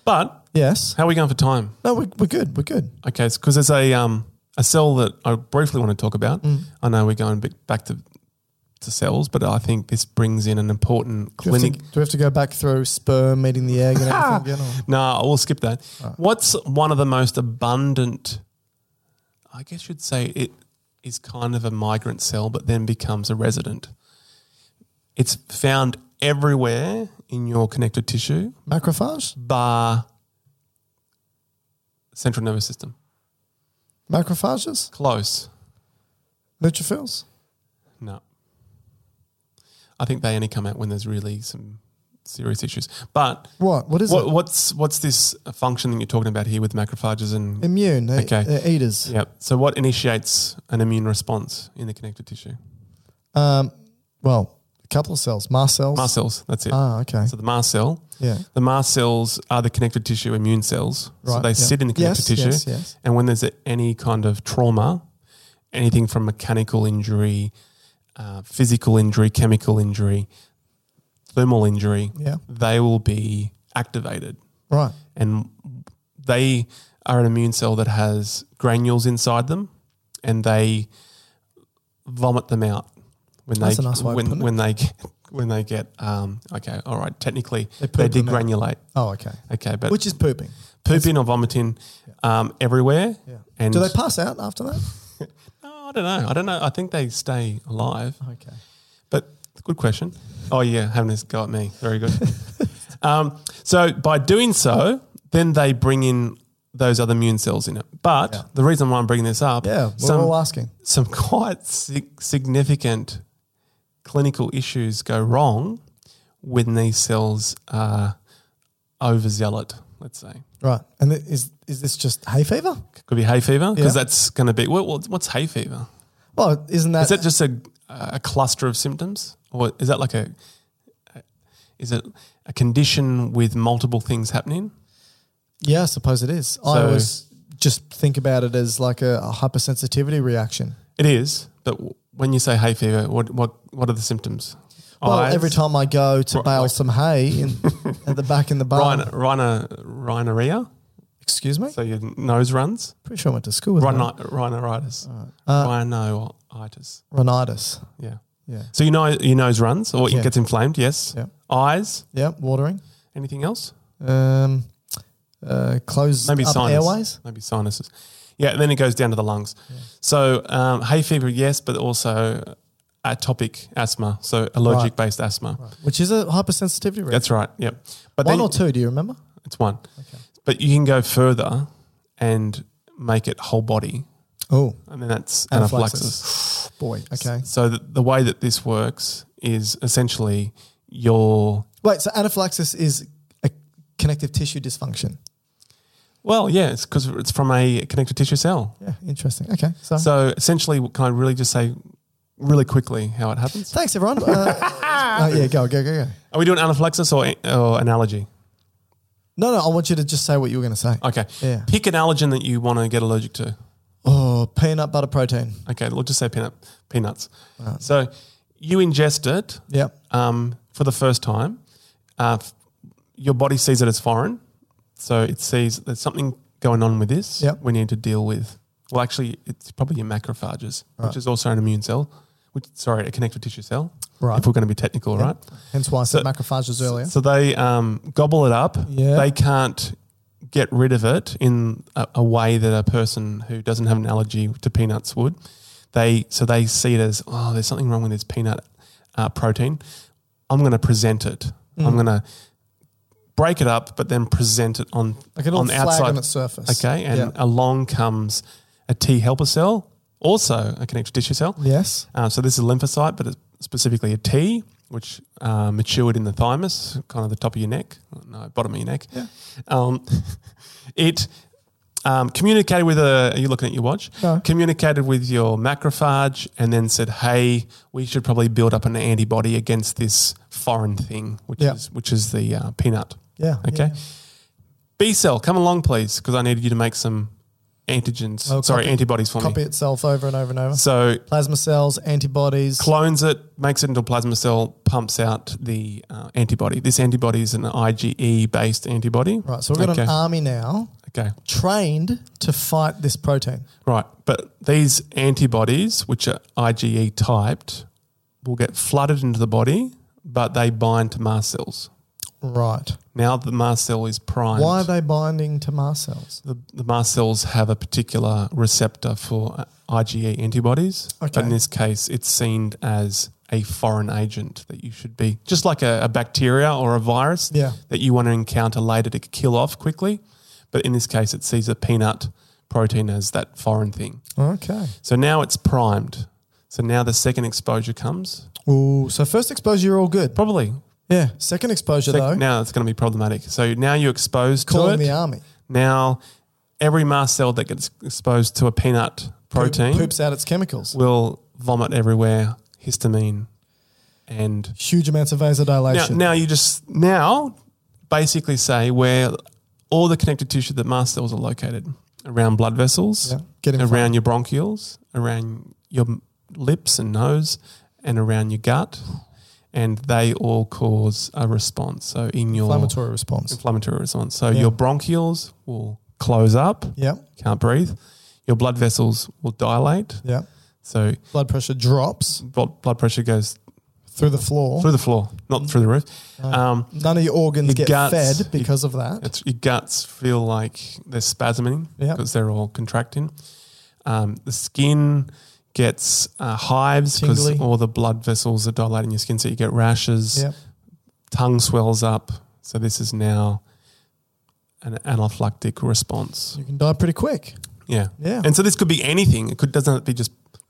Speaker 2: But
Speaker 1: Yes.
Speaker 2: how are we going for time?
Speaker 1: No, we're, we're good. We're good.
Speaker 2: Okay, because there's a um, a cell that I briefly want to talk about.
Speaker 1: Mm.
Speaker 2: I know we're going bit- back to to cells, but I think this brings in an important
Speaker 1: Do we, have
Speaker 2: clinic.
Speaker 1: to, do we have to go back through sperm meeting the egg and everything again? or-
Speaker 2: No, I will skip that. What's one of the most abundant? I guess you'd say it is kind of a migrant cell, but then becomes a resident. It's found everywhere in your connective tissue,
Speaker 1: Macrophage?
Speaker 2: bar central nervous system.
Speaker 1: Macrophages?
Speaker 2: Close.
Speaker 1: Neutrophils?
Speaker 2: No. I think they only come out when there's really some serious issues. But
Speaker 1: What? What is
Speaker 2: what,
Speaker 1: it?
Speaker 2: what's what's this function that you're talking about here with macrophages and
Speaker 1: Immune. They,
Speaker 2: Okay.
Speaker 1: They're eaters.
Speaker 2: Yep. So what initiates an immune response in the connective tissue?
Speaker 1: Um, well, a couple of cells. Mast cells.
Speaker 2: Mast cells. That's it.
Speaker 1: Ah, okay.
Speaker 2: So the mast cell.
Speaker 1: Yeah.
Speaker 2: The mast cells are the connective tissue immune cells. So
Speaker 1: Right,
Speaker 2: they
Speaker 1: yeah.
Speaker 2: sit in the connective
Speaker 1: Yes,
Speaker 2: tissue.
Speaker 1: yes, yes.
Speaker 2: And when there's a, any kind of trauma, anything from mechanical injury, uh, physical injury, chemical injury, thermal injury,
Speaker 1: Yeah.
Speaker 2: they will be activated.
Speaker 1: Right.
Speaker 2: And they are an immune cell that has granules inside them and they vomit them out when
Speaker 1: That's
Speaker 2: they
Speaker 1: a nice way of
Speaker 2: when,
Speaker 1: putting it.
Speaker 2: when they get, when they get um, okay all right technically
Speaker 1: They
Speaker 2: they,
Speaker 1: poop them out.
Speaker 2: degranulate
Speaker 1: Oh, okay.
Speaker 2: okay but
Speaker 1: Which is pooping.
Speaker 2: pooping or vomiting um, everywhere
Speaker 1: Yeah.
Speaker 2: and
Speaker 1: Do they pass out after that?
Speaker 2: Oh, I don't know I don't know I think they stay alive
Speaker 1: Okay.
Speaker 2: But good question. Oh yeah, having this go at me. Very good. um, so by doing so, then they bring in those other immune cells in it. But the reason why I'm bringing this up,
Speaker 1: Yeah, we're
Speaker 2: some
Speaker 1: all asking.
Speaker 2: some quite sig- significant clinical issues go wrong when these cells are overzealot. Let's say
Speaker 1: Right. And th- is is this just hay fever?
Speaker 2: could be hay fever
Speaker 1: Yeah.
Speaker 2: because that's going to be well, well, What's hay fever?
Speaker 1: Well, isn't that,
Speaker 2: Is that just a, a cluster of symptoms, or is that like a, is it a condition with multiple things happening?
Speaker 1: Yeah, I suppose it is. I
Speaker 2: So-
Speaker 1: always just think about it as like a, a hypersensitivity reaction.
Speaker 2: It is, but w- when you say hay fever, what what what are the symptoms?
Speaker 1: Well,
Speaker 2: Eyes?
Speaker 1: every time I go to
Speaker 2: Right,
Speaker 1: bale
Speaker 2: like-
Speaker 1: some hay in, at the back in the barn,
Speaker 2: Rhino, rhino, rhinorrhea,
Speaker 1: excuse me,
Speaker 2: so your nose runs,
Speaker 1: pretty sure I went to school with
Speaker 2: rhino, rhinoritis,
Speaker 1: Uh,
Speaker 2: rhinoitis,
Speaker 1: rhinitis.
Speaker 2: yeah.
Speaker 1: Yeah.
Speaker 2: So your nose, your nose runs, or
Speaker 1: Yeah.
Speaker 2: it gets inflamed. Yes.
Speaker 1: Yeah.
Speaker 2: Eyes.
Speaker 1: Yeah, watering.
Speaker 2: Anything else?
Speaker 1: Um, uh, close
Speaker 2: maybe
Speaker 1: up
Speaker 2: sinus,
Speaker 1: airways.
Speaker 2: maybe sinuses. Yeah, and then it goes down to the lungs. So um, hay fever, yes, but also atopic asthma, so allergic based asthma.
Speaker 1: Which is a hypersensitivity reaction.
Speaker 2: That's right. Yep. But
Speaker 1: One
Speaker 2: then
Speaker 1: or two, do you remember?
Speaker 2: it's one. But you can go further and make it whole body,
Speaker 1: Oh,
Speaker 2: and then that's
Speaker 1: Anaphylaxis.
Speaker 2: anaphylaxis.
Speaker 1: boy. Okay.
Speaker 2: So the, the way that this works is essentially your
Speaker 1: Wait, so anaphylaxis is a connective tissue dysfunction.
Speaker 2: well, yeah, it's because it's from a connective tissue cell.
Speaker 1: Yeah, interesting. Okay. So,
Speaker 2: So essentially, can I really just say really quickly how it happens?
Speaker 1: thanks, everyone. Uh, uh, yeah, go, go, go, go.
Speaker 2: Are we doing anaphylaxis or, or an allergy?
Speaker 1: No, no, I want you to just say what you were going to say.
Speaker 2: Okay.
Speaker 1: Yeah.
Speaker 2: Pick an allergen that you want to get allergic to.
Speaker 1: Oh, peanut butter protein.
Speaker 2: Okay, we'll just say peanut, peanuts. So you ingest it
Speaker 1: Yep.
Speaker 2: um, for the first time. Uh, f- your body sees it as foreign. So it sees there's something going on with this
Speaker 1: Yep.
Speaker 2: we need to deal with. Well, actually, it's probably your macrophages, which is also an immune cell, which, sorry, a connective tissue cell.
Speaker 1: Right.
Speaker 2: If we're going to be technical, right?
Speaker 1: Hence why I said
Speaker 2: So-
Speaker 1: macrophages earlier.
Speaker 2: So they um, gobble it up.
Speaker 1: Yeah.
Speaker 2: They can't get rid of it in a, a way that a person who doesn't have an allergy to peanuts would. They so they see it as oh, there's something wrong with this peanut uh, protein. I'm going to present it.
Speaker 1: Mm.
Speaker 2: I'm going to break it up, but then present it on
Speaker 1: Like it'll
Speaker 2: on the
Speaker 1: flag
Speaker 2: outside
Speaker 1: on its surface.
Speaker 2: Okay, and
Speaker 1: Yeah.
Speaker 2: along comes a T helper cell, also a connective tissue cell.
Speaker 1: yes.
Speaker 2: Uh, so this is a lymphocyte, but it's specifically a T, which uh, matured in the thymus, kind of the top of your neck, no, bottom of your neck. Um, it um, communicated with a. Are you looking at your watch?
Speaker 1: No.
Speaker 2: Communicated with your macrophage, and then said, "Hey, we should probably build up an antibody against this foreign thing, which
Speaker 1: Yeah.
Speaker 2: is which is the uh, peanut."
Speaker 1: Yeah.
Speaker 2: Okay.
Speaker 1: yeah.
Speaker 2: B cell, come along, please, because I needed you to make some antigens.
Speaker 1: Oh,
Speaker 2: sorry,
Speaker 1: copy-
Speaker 2: antibodies for
Speaker 1: Copy
Speaker 2: me.
Speaker 1: itself over and over and over.
Speaker 2: So
Speaker 1: Plasma cells, antibodies.
Speaker 2: clones it, makes it into a plasma cell, pumps out the uh, antibody. This antibody is an IgE based antibody.
Speaker 1: right. So we've got
Speaker 2: okay.
Speaker 1: an army now
Speaker 2: Okay,
Speaker 1: trained to fight this protein.
Speaker 2: right. But these antibodies, which are IgE typed, will get flooded into the body, but they bind to mast cells.
Speaker 1: Right.
Speaker 2: Now the mast cell is primed.
Speaker 1: Why are they binding to mast cells?
Speaker 2: the, the mast cells have a particular receptor for uh, IgE antibodies.
Speaker 1: Okay.
Speaker 2: But in this case, it's seen as a foreign agent that you should be, just like a, a bacteria or a virus
Speaker 1: Yeah.
Speaker 2: that you want to encounter later to kill off quickly. But in this case, it sees a peanut protein as that foreign thing.
Speaker 1: Okay.
Speaker 2: So now it's primed. So now the second exposure comes.
Speaker 1: Ooh, so first exposure, you're all good.
Speaker 2: Probably.
Speaker 1: Yeah. Second exposure,
Speaker 2: sec-
Speaker 1: though,
Speaker 2: now it's going to be problematic. So now you're exposed to
Speaker 1: calling
Speaker 2: it.
Speaker 1: the army.
Speaker 2: Now, every mast cell that gets exposed to a peanut
Speaker 1: Poop-
Speaker 2: protein
Speaker 1: poops out its chemicals.
Speaker 2: will vomit everywhere, histamine, and
Speaker 1: Huge amounts of
Speaker 2: now,
Speaker 1: vasodilation.
Speaker 2: now you just now basically say where all the connective tissue that mast cells are located around blood vessels,
Speaker 1: Yeah, get in
Speaker 2: around
Speaker 1: front.
Speaker 2: your bronchioles, around your m- lips and nose, and around your gut, and they all cause a response. So in your
Speaker 1: Inflammatory response.
Speaker 2: inflammatory response. So
Speaker 1: Yeah.
Speaker 2: your bronchioles will close up.
Speaker 1: yeah.
Speaker 2: Can't breathe. Your blood vessels will dilate.
Speaker 1: Yeah.
Speaker 2: So
Speaker 1: Blood pressure drops
Speaker 2: blood blood pressure goes
Speaker 1: through the floor.
Speaker 2: through the floor, not through the roof. Um,
Speaker 1: None of your organs
Speaker 2: Your
Speaker 1: get
Speaker 2: guts-
Speaker 1: fed because of that.
Speaker 2: it's, your guts feel like they're spasming
Speaker 1: Yep.
Speaker 2: because they're all contracting. Um, the skin gets uh, hives because
Speaker 1: Tingly.
Speaker 2: all the blood vessels are dilating your skin, so you get rashes.
Speaker 1: Yep.
Speaker 2: Tongue swells up. So this is now an anaphylactic response.
Speaker 1: You can die pretty quick.
Speaker 2: Yeah.
Speaker 1: Yeah.
Speaker 2: And so this could be anything. It could doesn't have to be just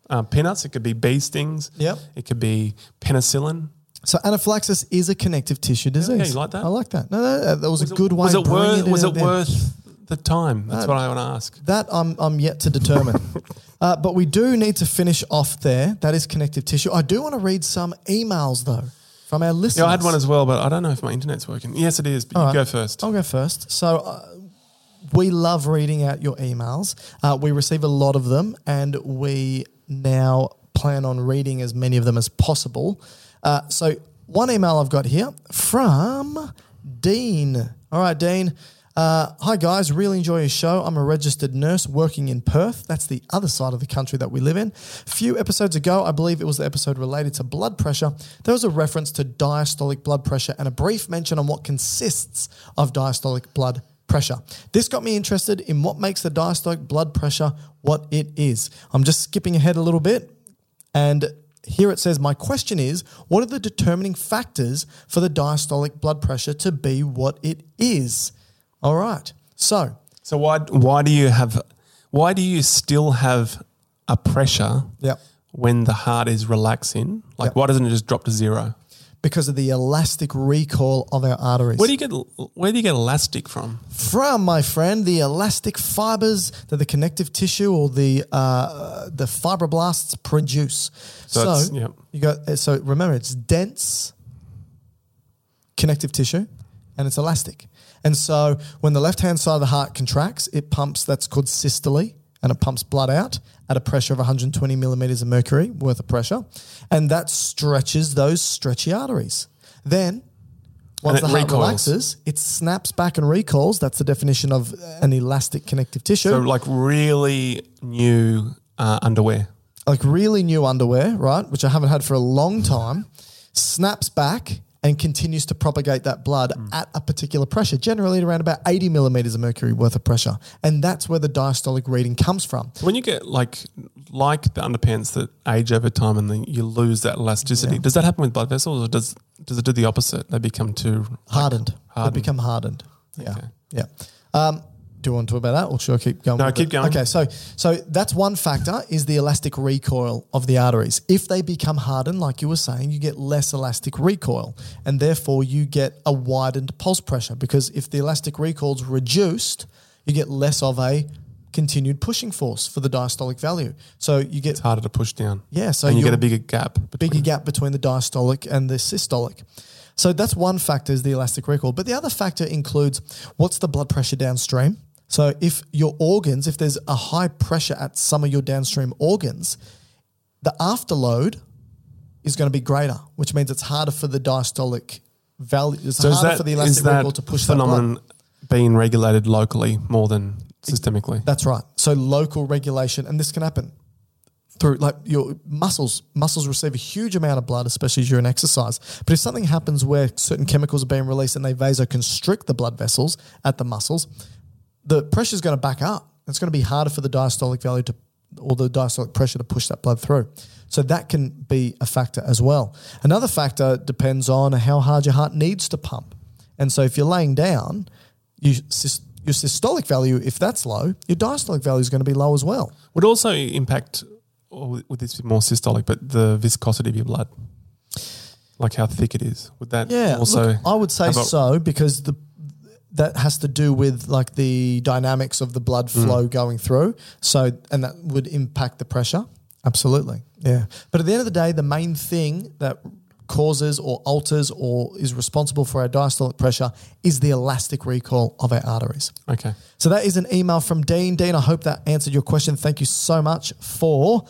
Speaker 2: uh, peanuts. It could be bee stings.
Speaker 1: Yep.
Speaker 2: It could be penicillin.
Speaker 1: So anaphylaxis is a connective tissue disease.
Speaker 2: you like that?
Speaker 1: I like that. No, no, that- that was,
Speaker 2: Was
Speaker 1: a
Speaker 2: it-
Speaker 1: good way.
Speaker 2: Was
Speaker 1: of
Speaker 2: it
Speaker 1: bringing
Speaker 2: worth?
Speaker 1: in
Speaker 2: Was
Speaker 1: at
Speaker 2: it
Speaker 1: the end.
Speaker 2: worth the time? That's
Speaker 1: No.
Speaker 2: what I want to ask.
Speaker 1: That I'm, I'm yet to determine. uh, but we do need to finish off there. That is connective tissue. I do want to read some emails though from our listeners.
Speaker 2: Yeah, I had one as well, but I don't know if my internet's working. Yes, it is. But you
Speaker 1: All right.
Speaker 2: go first.
Speaker 1: I'll go first. So uh, we love reading out your emails. Uh, we receive a lot of them, and we now plan on reading as many of them as possible. Uh, so one email I've got here from Dean. All right, Dean. Uh, hi guys, really enjoy your show. I'm a registered nurse working in Perth. That's the other side of the country that we live in. A few episodes ago, I believe it was the episode related to blood pressure, there was a reference to diastolic blood pressure and a brief mention on what consists of diastolic blood pressure. This got me interested in what makes the diastolic blood pressure what it is. I'm just skipping ahead a little bit. And here it says, My question is, what are the determining factors for the diastolic blood pressure to be what it is? All right. So,
Speaker 2: So why why do you have? Why do you still have a pressure?
Speaker 1: Yep.
Speaker 2: When the heart is relaxing, like why doesn't it just drop to zero?
Speaker 1: because of the elastic recall of our arteries.
Speaker 2: Where do you get where do you get elastic from?
Speaker 1: from, my friend, the elastic fibers that the connective tissue or the uh, the fibroblasts produce.
Speaker 2: So
Speaker 1: So,
Speaker 2: it's- yep.
Speaker 1: you got uh, so remember it's dense connective tissue and it's elastic. And so when the left hand side of the heart contracts, it pumps that's called systole and it pumps blood out at a pressure of 120 millimeters of mercury worth of pressure. And that stretches those stretchy arteries. Then once
Speaker 2: it
Speaker 1: the heart
Speaker 2: recoils.
Speaker 1: relaxes, it snaps back and recalls. That's the definition of an elastic connective tissue.
Speaker 2: So like really new uh, underwear.
Speaker 1: like really new underwear, right, which I haven't had for a long time, snaps back and continues to propagate that blood
Speaker 2: Mm.
Speaker 1: at a particular pressure, generally at around about 80 millimeters of mercury worth of pressure. And that's where the diastolic reading comes from.
Speaker 2: When you get like like the underpants that age over time and then you lose that elasticity, does that happen with blood vessels or does does it do the opposite? They become too
Speaker 1: Hardened.
Speaker 2: Hardened.
Speaker 1: They become hardened. Yeah.
Speaker 2: Okay.
Speaker 1: Yeah. Um, do you want to talk about that or should I keep going?
Speaker 2: No,
Speaker 1: with
Speaker 2: keep
Speaker 1: it?
Speaker 2: going.
Speaker 1: Okay, so so that's one factor is the elastic recoil of the arteries. If they become hardened, like you were saying, you get less elastic recoil and therefore you get a widened pulse pressure because if the elastic recoil's reduced, you get less of a continued pushing force for the diastolic value. So you get
Speaker 2: harder to push down.
Speaker 1: Yeah, so
Speaker 2: and you get
Speaker 1: you'll-
Speaker 2: a bigger gap.
Speaker 1: bigger
Speaker 2: between-
Speaker 1: gap between the diastolic and the systolic. So that's one factor is the elastic recall. But the other factor includes what's the blood pressure downstream. So if your organs, if there's a high pressure at some of your downstream organs, the afterload is going to be greater, which means it's harder for the diastolic value. It's
Speaker 2: So is
Speaker 1: harder
Speaker 2: that,
Speaker 1: for the
Speaker 2: is
Speaker 1: elastic
Speaker 2: that
Speaker 1: recall to push that blood.
Speaker 2: phenomenon being regulated locally more than systemically?
Speaker 1: That's right. So local regulation, and this can happen through like your muscles. Muscles receive a huge amount of blood, especially during exercise. But if something happens where certain chemicals are being released and they vasoconstrict the blood vessels at the muscles, the pressure is going to back up. It's going to be harder for the diastolic value to or the diastolic pressure to push that blood through. So that can be a factor as well. Another factor depends on how hard your heart needs to pump. And so if you're laying down, you, sys- your systolic value, if that's low, your diastolic value is going to be low as well.
Speaker 2: Would also impact, or would this be more systolic, but the viscosity of your blood? Like how thick it is. Would that
Speaker 1: Yeah,
Speaker 2: also.
Speaker 1: look, I would say
Speaker 2: have a-
Speaker 1: so because the that has to do with like the dynamics of the blood flow going through. So and that would impact the pressure. Absolutely. Yeah. But at the end of the day, the main thing that causes or alters or is responsible for our diastolic pressure is the elastic recall of our arteries.
Speaker 2: Okay.
Speaker 1: So that is an email from Dean. Dean, I hope that answered your question. Thank you so much for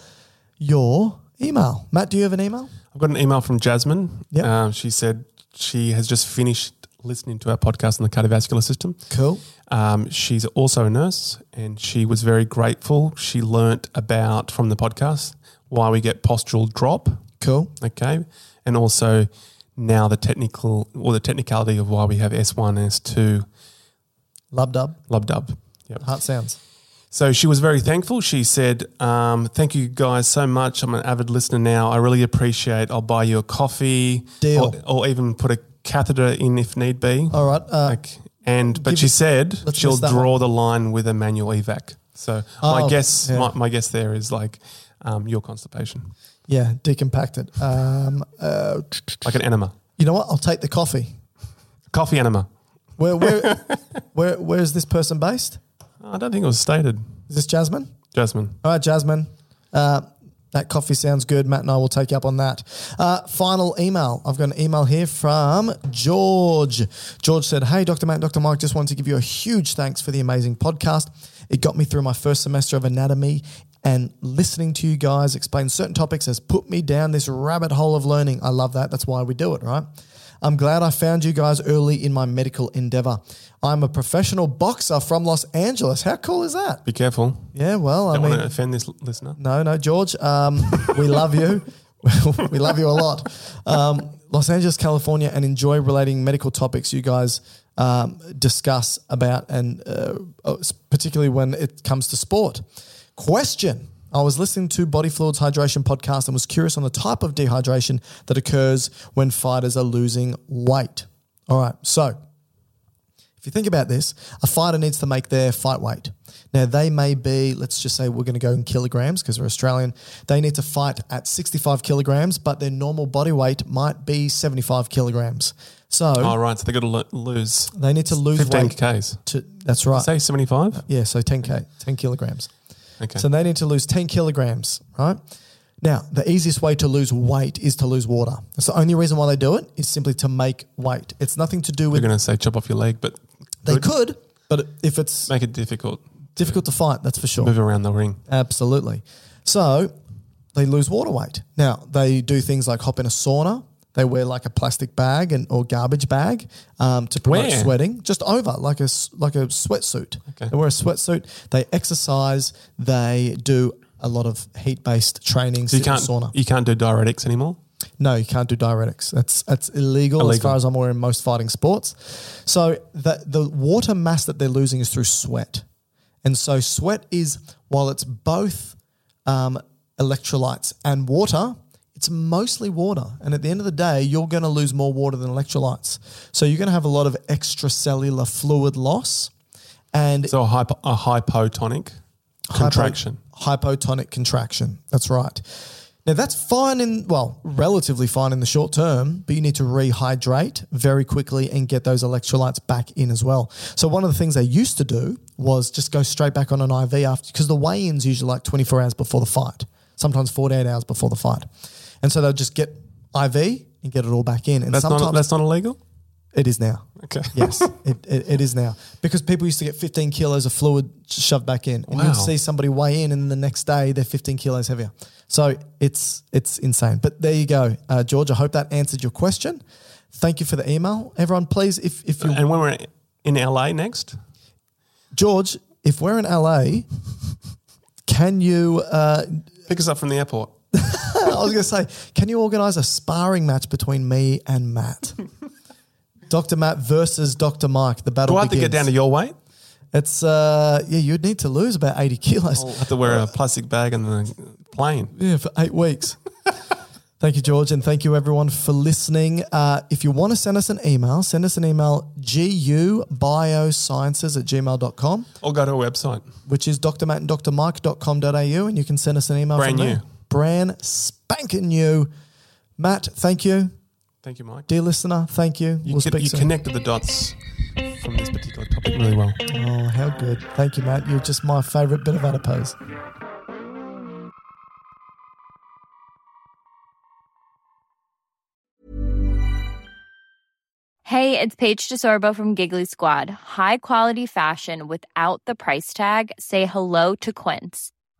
Speaker 1: your email. Matt, do you have an email?
Speaker 2: I've got an email from Jasmine.
Speaker 1: Yep.
Speaker 2: Um, she said she has just finished listening to our podcast on the cardiovascular system.
Speaker 1: Cool.
Speaker 2: Um, she's also a nurse and she was very grateful. She learnt about from the podcast why we get postural drop.
Speaker 1: Cool.
Speaker 2: Okay. And also now the technical or the technicality of why we have S1, S2,
Speaker 1: Lub dub.
Speaker 2: lub dub. Yep.
Speaker 1: Heart sounds.
Speaker 2: So she was very thankful. She said, um, Thank you guys so much. I'm an avid listener now. I really appreciate I'll buy you a coffee
Speaker 1: Deal.
Speaker 2: Or, or even put a catheter in if need be.
Speaker 1: All right. Uh,
Speaker 2: Like, and but
Speaker 1: Give
Speaker 2: she
Speaker 1: it-
Speaker 2: said
Speaker 1: let's
Speaker 2: she'll
Speaker 1: miss that
Speaker 2: draw the line with a manual evac. So my
Speaker 1: Oh,
Speaker 2: guess,
Speaker 1: yeah.
Speaker 2: my, my guess there is like um, your constipation,
Speaker 1: Yeah, decompacted. Um, uh,
Speaker 2: like an enema,
Speaker 1: you know what? I'll take the coffee.
Speaker 2: coffee enema.
Speaker 1: Where where where where is this person based?
Speaker 2: I don't think it was stated,
Speaker 1: Is this Jasmine?
Speaker 2: Jasmine.
Speaker 1: All right, Jasmine. Uh, that coffee sounds good. Matt and I will take you up on that. Uh, final email. I've got an email here from George. George said, Hey, Dr. Matt, Dr. Mike, just wanted to give you a huge thanks for the amazing podcast. It got me through my first semester of anatomy, and listening to you guys explain certain topics has put me down this rabbit hole of learning. I love that. That's why we do it, right? I'm glad I found you guys early in my medical endeavor. I'm a professional boxer from Los Angeles. How cool is that?
Speaker 2: Be careful.
Speaker 1: Yeah, well, I
Speaker 2: Don't
Speaker 1: mean,
Speaker 2: want to offend this l- listener.
Speaker 1: no, no, George. Um, we love you. we love you a lot. Um, Los Angeles, California, and enjoy relating medical topics you guys um, discuss about, and uh, uh, particularly when it comes to sport. Question. I was listening to Body Fluids Hydration podcast and was curious on the type of dehydration that occurs when fighters are losing weight. All right, so if you think about this, a fighter needs to make their fight weight. Now, they may be, let's just say we're going to go in kilograms because we're Australian. They need to fight at 65 kilograms, but their normal body weight might be 75 kilograms. So
Speaker 2: All Oh, right, so they got to lo- lose
Speaker 1: they need to lose
Speaker 2: fifteen
Speaker 1: weight.
Speaker 2: k's.
Speaker 1: To, that's right.
Speaker 2: Say seventy-five.
Speaker 1: Yeah, so 10K, 10 kilograms.
Speaker 2: Okay.
Speaker 1: So they need to lose 10 kilograms, right? Now, the easiest way to lose weight is to lose water. That's the only reason why they do it is simply to make weight. It's nothing to do
Speaker 2: We're
Speaker 1: with,
Speaker 2: going to say chop off your leg, but
Speaker 1: they could, but if it's
Speaker 2: make it difficult.
Speaker 1: difficult to fight, that's for sure.
Speaker 2: Move around the ring.
Speaker 1: Absolutely. So they lose water weight. Now they do things like hop in a sauna. They wear like a plastic bag and or garbage bag um, to promote
Speaker 2: Where?
Speaker 1: sweating. Just over like a s- like a sweatsuit.
Speaker 2: Okay.
Speaker 1: They wear a sweatsuit. They exercise. They do a lot of heat based training.
Speaker 2: So you
Speaker 1: sit in
Speaker 2: can't
Speaker 1: sauna.
Speaker 2: you can't do diuretics anymore.
Speaker 1: No, you can't do diuretics. That's that's illegal, as
Speaker 2: Illegal.
Speaker 1: far as I'm aware in most fighting sports. So the the water mass that they're losing is through sweat, and so sweat is while it's both um, electrolytes and water, it's mostly water. And at the end of the day, you're going to lose more water than electrolytes. So you're going to have a lot of extracellular fluid loss, and
Speaker 2: So a, hypo, a hypotonic contraction.
Speaker 1: Hypo- hypotonic contraction. That's right. Now that's fine in well, relatively fine in the short term, but you need to rehydrate very quickly and get those electrolytes back in as well. So one of the things they used to do was just go straight back on an IV after because the weigh-ins usually like 24 hours before the fight, sometimes 48 hours before the fight. And so they'll just get IV and get it all back in. And
Speaker 2: That's
Speaker 1: sometimes
Speaker 2: not that's not illegal.
Speaker 1: it is now.
Speaker 2: Okay.
Speaker 1: Yes, it, it, it is now because people used to get 15 kilos of fluid shoved back in, and
Speaker 2: Wow.
Speaker 1: you'd see somebody weigh in, and the next day they're 15 kilos heavier. So it's it's insane. But there you go, uh, George. I hope that answered your question. Thank you for the email, everyone. Please, if if you
Speaker 2: And when we're in LA next,
Speaker 1: George, if we're in LA, can you? Uh,
Speaker 2: pick us up from the airport.
Speaker 1: I was going to say, can you organise a sparring match between me and Matt? Dr. Matt versus Dr. Mike. The battle.
Speaker 2: Do I have to get
Speaker 1: begins.
Speaker 2: down to your weight?
Speaker 1: It's uh, yeah, you'd need to lose about eighty kilos.
Speaker 2: Have to wear a plastic bag on the plane.
Speaker 1: Yeah, for eight weeks. thank you, George, and thank you everyone for listening. Uh, if you want to send us an email, send us an email gubiosciences at gmail.com,
Speaker 2: Or go to a website.
Speaker 1: which is Dr. Matt and drmike.com.au, and you can send us an email
Speaker 2: Brand
Speaker 1: from
Speaker 2: new.
Speaker 1: there. Brand spanking new. Matt, thank you.
Speaker 2: Thank you, Mike.
Speaker 1: Dear listener, thank you.
Speaker 2: You,
Speaker 1: we'll
Speaker 2: con-
Speaker 1: speak
Speaker 2: you
Speaker 1: soon.
Speaker 2: connected the dots from this particular topic really well.
Speaker 1: Oh, how good. Thank you, Matt. You're just my favorite bit of adipose.
Speaker 4: Hey, it's Paige DeSorbo from Giggly Squad. High quality fashion without the price tag. Say hello to Quince.